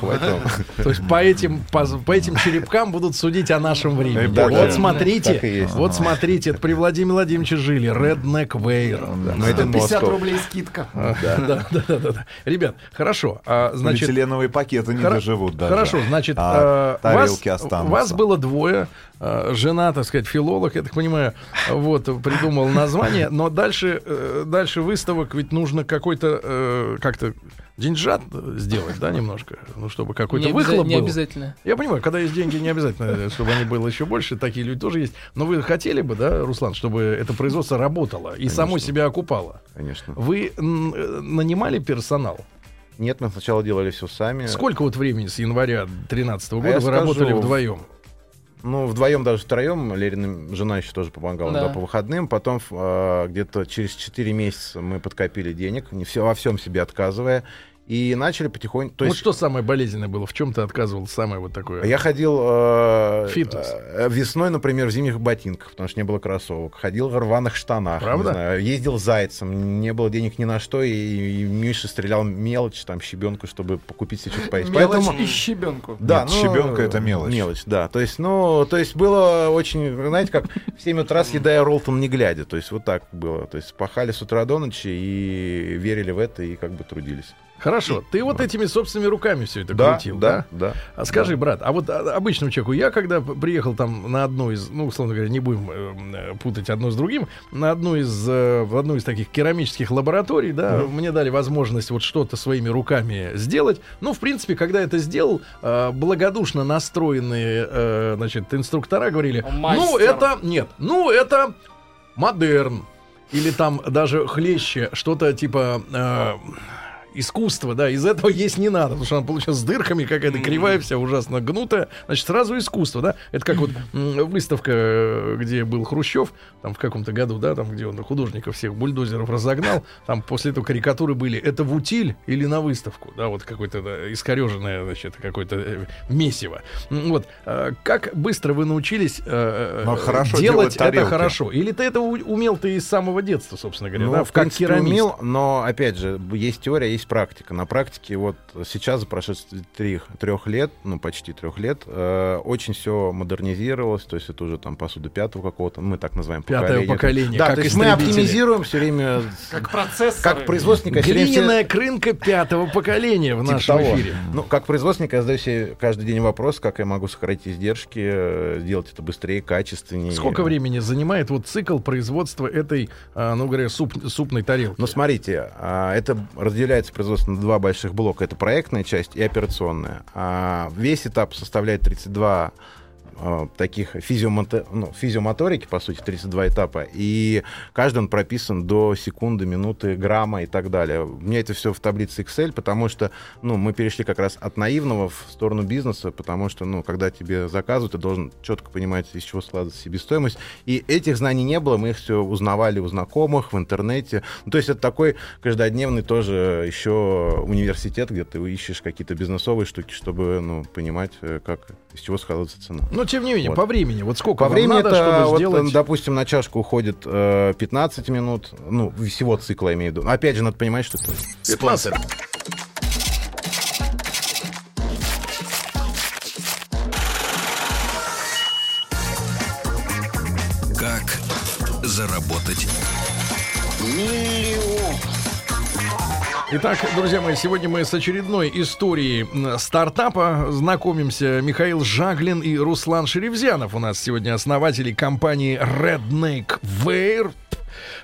S7: Хватит вам.
S2: То есть по этим, по, по этим черепкам будут судить о нашем времени.
S7: Да,
S2: вот
S7: да.
S2: смотрите,
S7: Так и есть.
S2: вот смотрите, это при Владимире Владимировиче жили, Redneck Wear.
S7: Ну, это
S4: 50
S7: Москва.
S4: рублей скидка.
S2: А, Да, да, да, да, да. Ребят, хорошо. а, значит,
S3: Полиэтиленовые пакеты не
S2: хоро-
S3: доживут даже.
S2: Хорошо, значит,
S3: А
S2: э, вас,
S3: тарелки останутся.
S2: вас было двое. Э, Жена, так сказать, филолог, я так понимаю, вот, придумал название. Но дальше, э, дальше выставок ведь нужно какой-то, э, как-то деньжат сделать, да, немножко? Ну, чтобы какой-то
S5: не, обяза-
S2: выхлоп
S5: не
S2: был.
S5: обязательно.
S2: Я понимаю, когда есть деньги, не обязательно, э, чтобы они было еще больше. Такие люди тоже есть. Но вы хотели бы, да, Руслан, чтобы это производство работало и само себя окупало?
S7: Конечно.
S2: Вы м, э, нанимали персонал?
S7: Нет, мы сначала делали все сами.
S2: Сколько вот времени с января 2013 года
S7: Э. А я
S2: вы
S7: скажу,
S2: работали вдвоем?
S7: Ну, вдвоем, даже втроем. Лерина жена еще тоже помогала
S5: Да.
S7: да, по выходным. Потом ф- а, где-то через 4 месяца мы подкопили денег, не все, во всем себе отказывая. И начали потихоньку... То
S2: вот
S7: есть
S2: Ну что самое болезненное было? В чем ты отказывал самое вот такое?
S7: А Я ходил э,
S2: Фитнес.
S7: э, весной, например, в зимних ботинках, потому что не было кроссовок. Ходил в рваных штанах. не
S2: Правда?
S7: знаю, ездил зайцем, не было денег ни на что, и, и Миша стрелял мелочь, там, щебенку, чтобы покупить себе что-то поесть.
S4: Мелочь
S7: Поэтому-
S4: и щебенку.
S7: Да, ну,
S3: Нет, щебенка это мелочь.
S7: Мелочь, да. То есть, ну, то есть было очень, знаете, как в 7 утра съедая роллтон не глядя. То есть вот так было. То есть пахали с утра до ночи и верили в это, и как бы трудились.
S2: Хорошо, ты вот этими собственными руками все это крутил, да?
S7: да, да.
S2: А скажи, брат, а вот а, обычному человеку, я когда п- приехал там на одну из, ну, условно говоря, не будем эм, э, путать одно с другим, на одну из, э, в одну из таких керамических лабораторий, да, мне дали возможность вот что-то своими руками сделать. Ну, в принципе, когда это сделал, э, благодушно настроенные, э, значит, инструктора говорили, ну,
S4: Мастер.
S2: это, нет, ну, это модерн. Или там даже хлеще, что-то типа... э, искусство, да, из этого есть не надо, потому что она получилась с дырками, какая-то кривая вся, ужасно гнутая, значит, сразу искусство, да, это как вот м, выставка, э, где был Хрущев, там в каком-то году, да, там, где он художников всех бульдозеров разогнал, там после этого карикатуры были, это в утиль или на выставку, да, вот какое-то да, искореженное, значит, какое-то э, месиво, М, вот, э, как быстро вы научились э,
S3: Но
S2: э,
S3: Ну, хорошо делать
S2: делать это
S3: тарелки.
S2: хорошо, или ты это у- умел ты из самого детства, собственно говоря,
S7: Ну,
S2: да,
S7: в
S2: как
S7: принципе,
S2: керамист?
S7: умел, но, опять же, б- есть теория, есть практика. На практике вот сейчас, за прошествие трех, трех лет, ну, почти трех лет, э, очень все модернизировалось, то есть это уже там посуда пятого какого-то, мы так называем
S2: Пятое
S7: поколение.
S2: поколение,
S7: Да,
S2: как
S7: то есть мы
S2: истребители.
S7: оптимизируем все время,
S4: Как процессоры.
S7: как производственник, я всё время все-
S2: Глиняная крынка пятого поколения в
S7: Типа
S2: нашем
S7: того.
S2: эфире.
S7: Ну, как производственник, я задаю себе каждый день вопрос, как я могу сократить издержки, э, сделать это быстрее, качественнее.
S2: Сколько времени занимает вот цикл производства этой, а, ну говоря, суп- супной тарелки?
S7: Ну, смотрите, а, это разделяется производство на два больших блока. Это проектная часть и операционная. А Весь этап составляет 32 а, таких физиомото- ну, физиомоторики, по сути, 32 этапа, и каждый он прописан до секунды, минуты, грамма и так далее. У меня это все в таблице Excel, потому что ну, мы перешли как раз от наивного в сторону бизнеса, потому что, ну, когда тебе заказывают, ты должен четко понимать, из чего складывается себестоимость. И этих знаний не было, мы их все узнавали у знакомых, в интернете. Ну, то есть это такой каждодневный тоже еще университет, где ты ищешь какие-то бизнесовые штуки, чтобы, ну, понимать, э, как, из чего складывается цена.
S2: Но тем не менее,
S7: Вот.
S2: по времени, вот сколько
S7: По
S2: Ну, вам
S7: времени
S2: надо,
S7: это,
S2: чтобы
S7: вот,
S2: сделать...
S7: э, допустим, на чашку уходит э, 15 минут, ну, всего цикла, я имею в виду. Опять же, надо понимать, что это...
S2: Спонсор.
S1: Как заработать?
S2: Итак, друзья мои, сегодня мы с очередной историей м, стартапа знакомимся. Михаил Жаглин и Руслан Шеревзянов у нас сегодня основатели компании Redneck Wear.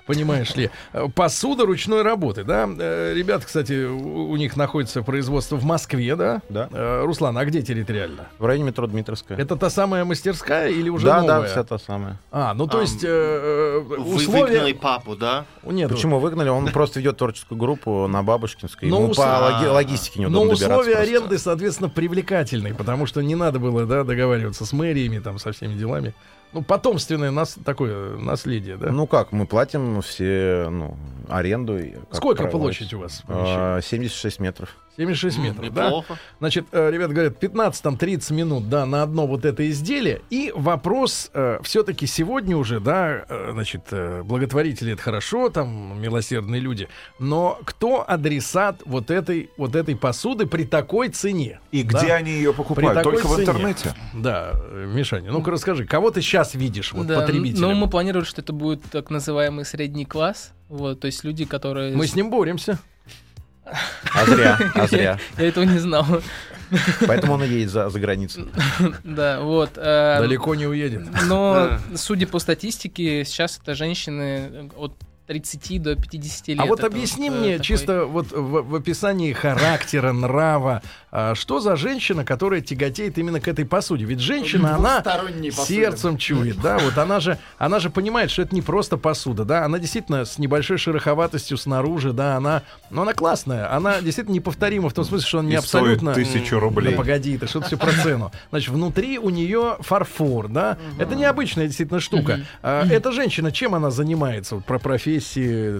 S2: Понимаешь ли, э, посуда ручной работы, да? Э, Ребята, кстати, у у них находится производство в Москве, да?
S7: Да.
S2: Э, Руслан, а где территориально?
S7: В районе метро Дмитровская.
S2: Это та самая мастерская или уже
S7: да,
S2: новая?
S7: да, вся та самая.
S2: А, ну то
S6: Ам,
S2: есть э, э,
S6: Вы выгнали
S2: условия...
S6: папу, да?
S2: Нет,
S7: Почему выгнали? Он просто ведет творческую группу на Бабушкинской.
S2: Но
S7: Ему
S2: Ну, ус-
S7: по
S6: А.
S7: логи- логистике
S2: Но
S7: неудобно добираться.
S2: условия
S7: просто.
S2: аренды, соответственно, привлекательные, потому что не надо было да, договариваться с мэриями, там, со всеми делами. Ну, потомственное нас, такое э, наследие, да?
S7: Ну как, мы платим все ну, аренду. и, как
S2: Сколько
S7: правило,
S2: площадь у вас? помещения?
S7: а, 76 метров.
S2: 76 метров, да?
S6: Неплохо.
S2: Значит, э, ребят говорят, 15 там 30 минут, да, на одно вот это изделие. И вопрос все-таки сегодня уже, да, э, значит, э, благотворители это хорошо, там милосердные люди, но кто адресат вот этой вот этой посуды при такой цене?
S3: И
S2: Да.
S3: где они ее покупают?
S2: При такой
S3: Только в
S2: цене.
S3: интернете.
S2: Да, э, Мишаня, ну-ка расскажи, кого ты сейчас видишь вот
S5: Да,
S2: потребителем?
S5: Но мы планировали, что это будет так называемый средний класс. Вот, то есть люди, которые...
S2: Мы с ним боремся.
S7: А зря, а зря.
S5: Я этого не знал.
S7: Поэтому он и едет за, за границу.
S5: Да, вот. э,
S2: Далеко не уедет.
S5: Но, судя по статистике, сейчас это женщины от 30 до 50 лет.
S2: А вот
S5: Это
S2: объясни
S5: э,
S2: мне
S5: такой-
S2: чисто вот в, в описании характера, нрава, а, что за женщина, которая тяготеет именно к этой посуде? Ведь женщина, она
S4: Двусторонний посыл.
S2: сердцем чует, да, вот она же, она же понимает, что это не просто посуда, да, она действительно с небольшой шероховатостью снаружи, да, она, но она классная, она действительно неповторима в том смысле, что она не
S3: И стоит
S2: абсолютно...
S3: тысячу
S2: Да
S3: рублей.
S2: погоди, ты что-то все про цену. Значит, внутри у нее фарфор, да? Это необычная действительно штука. А, Эта женщина, чем она занимается? Вот Про профессии?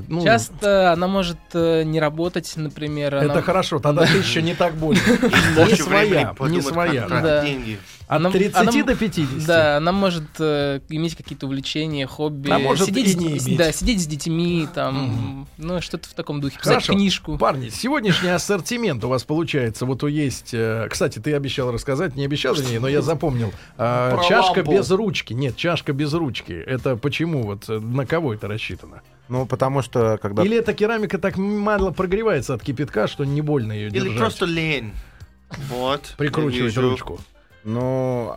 S2: Ну,
S5: Часто она может э, не работать, например. она-
S2: это хорошо, тогда ты еще не так больно. Не
S6: Больше времени
S2: своя, не
S6: подумать, как
S2: своя.
S6: тратить
S5: Да.
S6: деньги.
S2: От
S5: Она-
S2: 30
S5: она-
S2: до 50.
S5: Да, она может э, иметь какие-то увлечения, хобби.
S2: А может
S5: сидеть,
S2: и
S5: с-
S2: не иметь.
S5: Да, сидеть с детьми, там, ну, что-то в таком духе. Писать
S2: Хорошо.
S5: книжку.
S2: Парни, сегодняшний ассортимент у вас получается. Вот у есть. э, Кстати, ты обещал рассказать, не обещал вернее, но я запомнил. Э,
S4: Про
S2: Чашка
S4: лампу.
S2: без ручки. Нет, чашка без ручки. Это почему? Вот э, на кого это рассчитано?
S7: Ну, потому что, когда...
S2: Или эта керамика так мало прогревается от кипятка, что не больно ее
S6: Или
S2: держать?
S6: просто лень. Вот. я
S2: прикручивать
S6: вижу.
S2: ручку.
S7: Ну,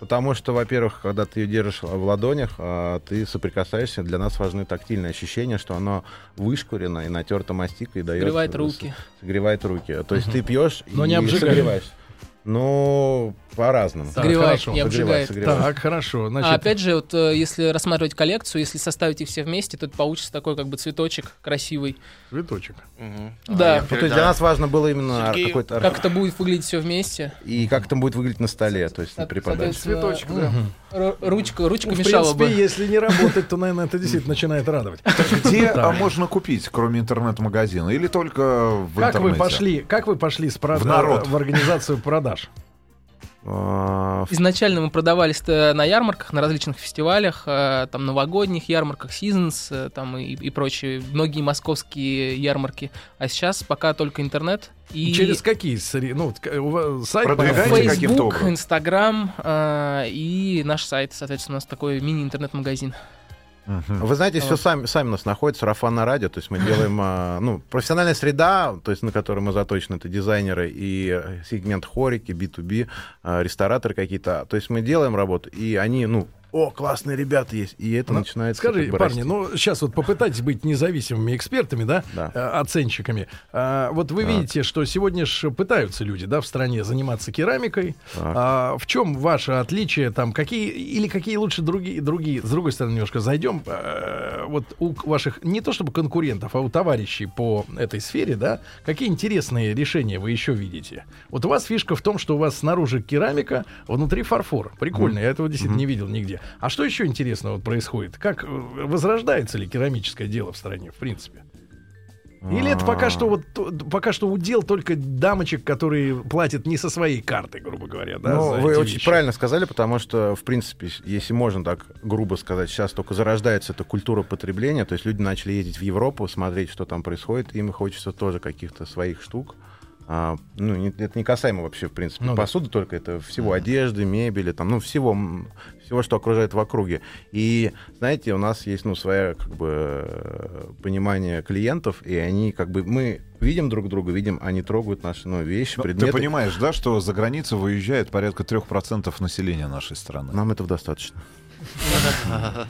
S7: потому что, во-первых, когда ты ее держишь в ладонях, а, ты соприкасаешься. Для нас важны тактильные ощущения, что оно вышкурено и натерто мастикой. и дает...
S5: Согревает руки.
S7: Согревает руки. То есть ты пьешь
S2: Но
S7: и
S2: не обжигает.
S7: согреваешь. Ну, по-разному.
S2: Так,
S5: Согревает,
S2: хорошо.
S5: не обжигает.
S7: согревает.
S2: Так, хорошо. Значит,
S5: а опять же, вот э, если рассматривать коллекцию, если составить их все вместе, то это получится такой как бы цветочек красивый.
S2: цветочек.
S6: Мгм. А
S5: Да.
S6: Я
S7: Ну, то есть для
S6: передам.
S7: нас важно было именно
S6: Сергею,
S7: какой-то...
S5: Как это будет выглядеть все вместе?
S7: И как это будет выглядеть на столе, то есть на
S5: Со-
S7: преподаче.
S5: соответственно,
S4: Цветочек, да.
S5: ру- Ручка, ручка
S2: Ну, в
S5: мешала
S2: принципе,
S5: бы.
S2: если не работать, то, наверное, это действительно начинает радовать.
S3: Где
S2: Да.
S3: а, можно купить, кроме интернет-магазина? Или только в
S2: Как вы
S3: интернете?
S2: пошли? Как вы пошли с прод-
S3: В народ.
S2: в организацию продаж?
S7: А, в-
S5: Изначально мы продавались э, на ярмарках, на различных фестивалях, э, там новогодних ярмарках, Seasons, э, там и, и прочие, многие московские ярмарки. А сейчас пока только интернет и
S2: Через какие сре- ну, вот, к- у вас сайт?
S3: Продвигаете
S2: понятно.
S3: как- каким-то
S5: Facebook,
S3: образом?
S5: Instagram э, и наш сайт, соответственно, у нас такой мини-интернет-магазин.
S3: Мгм.
S7: Вы знаете, все сами, сами нас находит сарафан на радио, то есть мы делаем, а, ну, профессиональная среда, то есть на которой мы заточены, это дизайнеры и э, сегмент хорики, B2B, а, рестораторы какие-то, то есть мы делаем работу, и они, ну, о, классные ребята есть, и это
S2: Ну,
S7: начинает
S2: Скажи,
S7: как бы
S2: парни,
S7: расти.
S2: ну сейчас вот попытайтесь быть независимыми экспертами, да,
S7: Да.
S2: э, оценщиками. А, вот вы
S7: Так.
S2: видите, что сегодня ж пытаются люди, да, в стране заниматься керамикой.
S7: Так.
S2: А, в чем ваше отличие там, какие или какие лучше другие, другие, с другой стороны немножко зайдем, э, вот у к- ваших, не то чтобы конкурентов, а у товарищей по этой сфере, да, какие интересные решения вы еще видите? Вот у вас фишка в том, что у вас снаружи керамика, внутри фарфор. Прикольно, я этого действительно не видел нигде. А что еще интересного вот происходит? Как э, возрождается ли керамическое дело в стране, в принципе? Или это пока что вот то- пока что удел только дамочек, которые платят не со своей карты, грубо говоря, да?
S7: Ну,
S2: за
S7: вы
S2: эти
S7: очень
S2: вещи?
S7: правильно сказали, потому что, в принципе, с- если можно так грубо сказать, сейчас только зарождается эта культура потребления, то есть люди начали ездить в Европу, смотреть, что там происходит, им хочется тоже каких-то своих штук. А, ну, не- это не касаемо вообще, в принципе,
S2: Ну да.
S7: посуды, только это всего одежды, мебели, там, ну, всего, м, всего, что окружает в округе. И, знаете, у нас есть, ну, свое, как бы, э, понимание клиентов, и они, как бы, мы видим друг друга, видим, они трогают наши, ну, вещи,
S3: Ну,
S7: предметы.
S3: Ты понимаешь, да, что за границу выезжает порядка 3% населения нашей
S2: Ну,
S3: страны.
S7: Нам этого достаточно.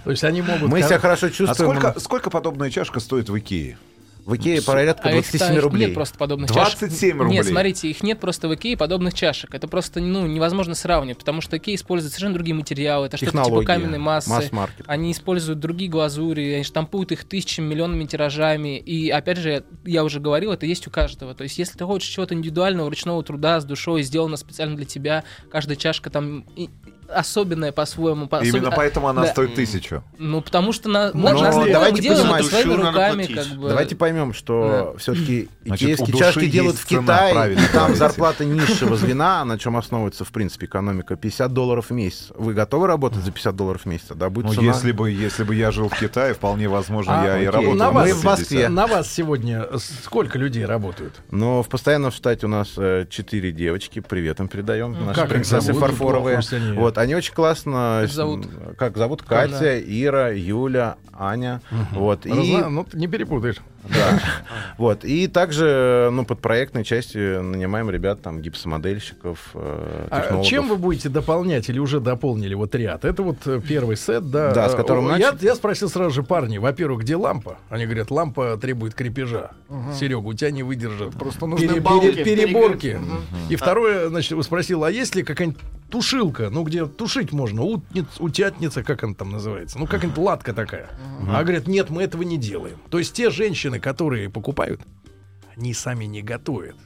S2: То есть они могут.
S7: Мы
S2: кор-
S7: себя хорошо
S3: А
S7: чувствуем.
S2: ну,
S7: ну,
S3: сколько, сколько подобная чашка стоит в Икее?
S7: В Икее
S5: А
S7: порядка
S5: их
S7: 27
S5: там
S7: рублей.
S5: Нет просто подобных чашек.
S3: 27 рублей.
S5: Нет, смотрите, их нет просто в Икее подобных чашек. Это просто ну, невозможно сравнивать, потому что Икея использует совершенно другие материалы. Это что-то типа
S7: Технологии,
S5: каменной массы. а
S7: масс-маркет.
S5: Они используют другие глазури, они штампуют их тысячами, миллионами тиражами. И, опять же, я уже говорил, это есть у каждого. То есть, если ты хочешь чего-то индивидуального, ручного труда, с душой, сделано специально для тебя, каждая чашка там и- особенная по-своему. по-
S3: Именно
S5: особенно-
S3: поэтому она
S5: да.
S3: стоит тысячу.
S5: Ну, потому что на,
S7: Ну,
S5: нас-
S7: ну,
S5: мы
S7: давайте
S5: делаем
S7: понимать,
S5: это своими
S6: душу надо
S5: руками,
S6: платить.
S5: как бы.
S7: Давайте поймем, что все-таки
S3: Значит, у
S7: икеевские
S3: души
S7: чашки
S3: есть
S7: делают в
S3: цена,
S7: Китае,
S3: правильно
S7: и там
S3: говорите.
S7: зарплата низшего звена, на чем основывается, в принципе, экономика, 50 долларов в месяц. Вы готовы работать за 50 долларов в месяц? Да, будет
S3: Ну,
S7: цена.
S3: если бы, если бы я жил в Китае, вполне возможно,
S2: А,
S3: я и
S7: окей.
S3: работал.
S2: На
S3: бы
S2: вас
S3: за
S7: в Москве.
S3: 50.
S2: На вас сегодня сколько людей работают?
S7: Но в постоянном штате у нас э, четыре девочки. Привет им передаем. наши
S2: как их
S7: принцессы
S2: зовут?
S7: фарфоровые.
S2: Пусть они-
S7: Вот, они очень классно.
S5: Как
S7: с-
S5: зовут?
S7: Как зовут? Катя, Ира, Юля, Аня. Вот, и,
S2: Разна- Ну, ты не перепутаешь.
S7: да. вот, и также ну, под проектной частью нанимаем ребят, там, гипсомодельщиков, э,
S2: А
S7: технологов.
S2: чем вы будете дополнять или уже дополнили вот ряд? Это вот э, первый сет, да.
S7: Да, с
S2: Э,
S7: которым
S2: о, я,
S7: начали.
S2: я спросил сразу же парни, во-первых, где лампа? Они говорят, лампа требует крепежа. Серега, у тебя не выдержат.
S4: Просто нужны
S2: Пере- пере-
S4: балки.
S2: переборки.
S4: Мгм.
S2: И второе, значит, спросил, а есть ли какая-нибудь тушилка, ну где тушить можно, утниц- утятница, как она там называется, ну какая-нибудь латка такая. А говорят, нет, мы этого не делаем. То есть те женщины, которые покупают, они сами не готовят.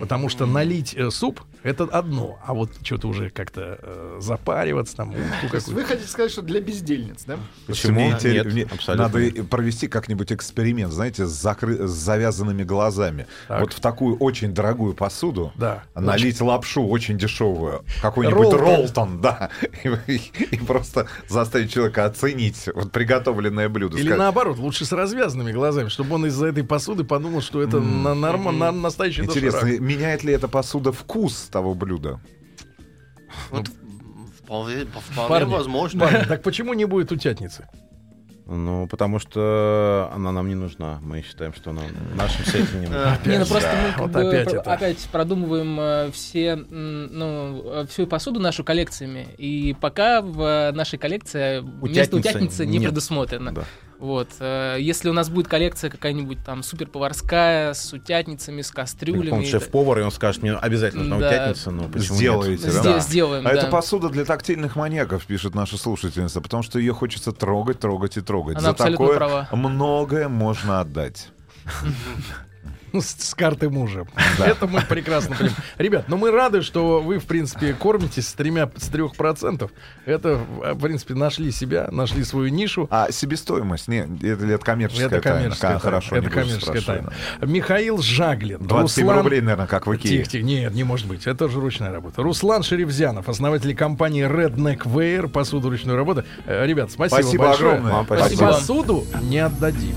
S2: Потому что налить э, суп это одно, а вот что-то уже как-то э, запариваться там. утку
S4: То есть вы
S2: какую-то.
S4: хотите сказать, что для бездельниц, да?
S7: Почему?
S3: Мне интерес-
S7: Нет,
S3: мне
S7: абсолютно.
S3: Надо и провести как-нибудь эксперимент, знаете, с, закры- с завязанными глазами.
S2: Так.
S3: Вот в такую очень дорогую посуду
S2: Да.
S3: налить лапшу очень дешевую, какой-нибудь
S2: Ролтон.
S3: ролтон, да, и, и просто заставить человека оценить вот приготовленное блюдо.
S2: Или
S3: Сказать,
S2: наоборот, лучше с развязанными глазами, чтобы он из-за этой посуды подумал, что это на норм- на- настоящий
S3: Интересно,
S2: доширак.
S3: меняет ли эта посуда вкус того блюда?
S6: Вот вполне, вполне
S2: Парни,
S6: возможно.
S2: Парни, так почему не будет утятницы?
S7: Ну, потому что она нам не нужна. Мы считаем, что она нашим сетям не нужна.
S5: Не, ну просто мы как
S2: вот
S5: бы
S2: опять
S5: про-
S2: это.
S5: опять продумываем э, все, м, ну, э, всю посуду нашу коллекциями, и пока в э, нашей коллекции место
S7: Утятницы
S5: утятницы не
S7: нет.
S5: предусмотрено.
S7: Да.
S5: Вот, э, если у нас будет коллекция какая-нибудь там суперповарская с утятницами, с кастрюлями,
S7: Какой-нибудь шеф-повар, и он скажет, мне обязательно нужна
S5: Да.
S7: утятница, ну почему нет?
S3: Сделаете,
S5: Сде-
S3: да.
S5: сделаем,
S3: А
S5: да.
S3: это посуда для тактильных маньяков, пишет наша слушательница, потому что ее хочется трогать, трогать и трогать.
S5: Она
S3: За
S5: абсолютно
S3: такое
S5: права.
S3: многое можно отдать.
S2: Ну, с, с карты мужа. Это мы прекрасно понимаем. Ребят, ну мы рады, что вы, в принципе, кормитесь с тремя, с трех процентов. Это, в в принципе, нашли себя, нашли свою нишу.
S3: А себестоимость? Не, это, Ну, это коммерческая
S2: Это коммерческая
S3: тайна. Ка-
S2: тайна.
S3: Хорошо, не
S2: Это
S3: будешь
S2: коммерческая
S3: спрашивать.
S2: тайна. Михаил Жаглин.
S3: 27
S2: Руслан...
S3: рублей, наверное, как в Икее.
S2: Тихо, тихо. Нет, не может быть. Это же ручная работа. Руслан Шеревзянов, основатель компании Redneck Wear, посуду ручную работу. Э, Ребят, спасибо,
S3: Спасибо
S2: большое.
S3: огромное. Вам
S7: спасибо.
S2: Посуду не отдадим.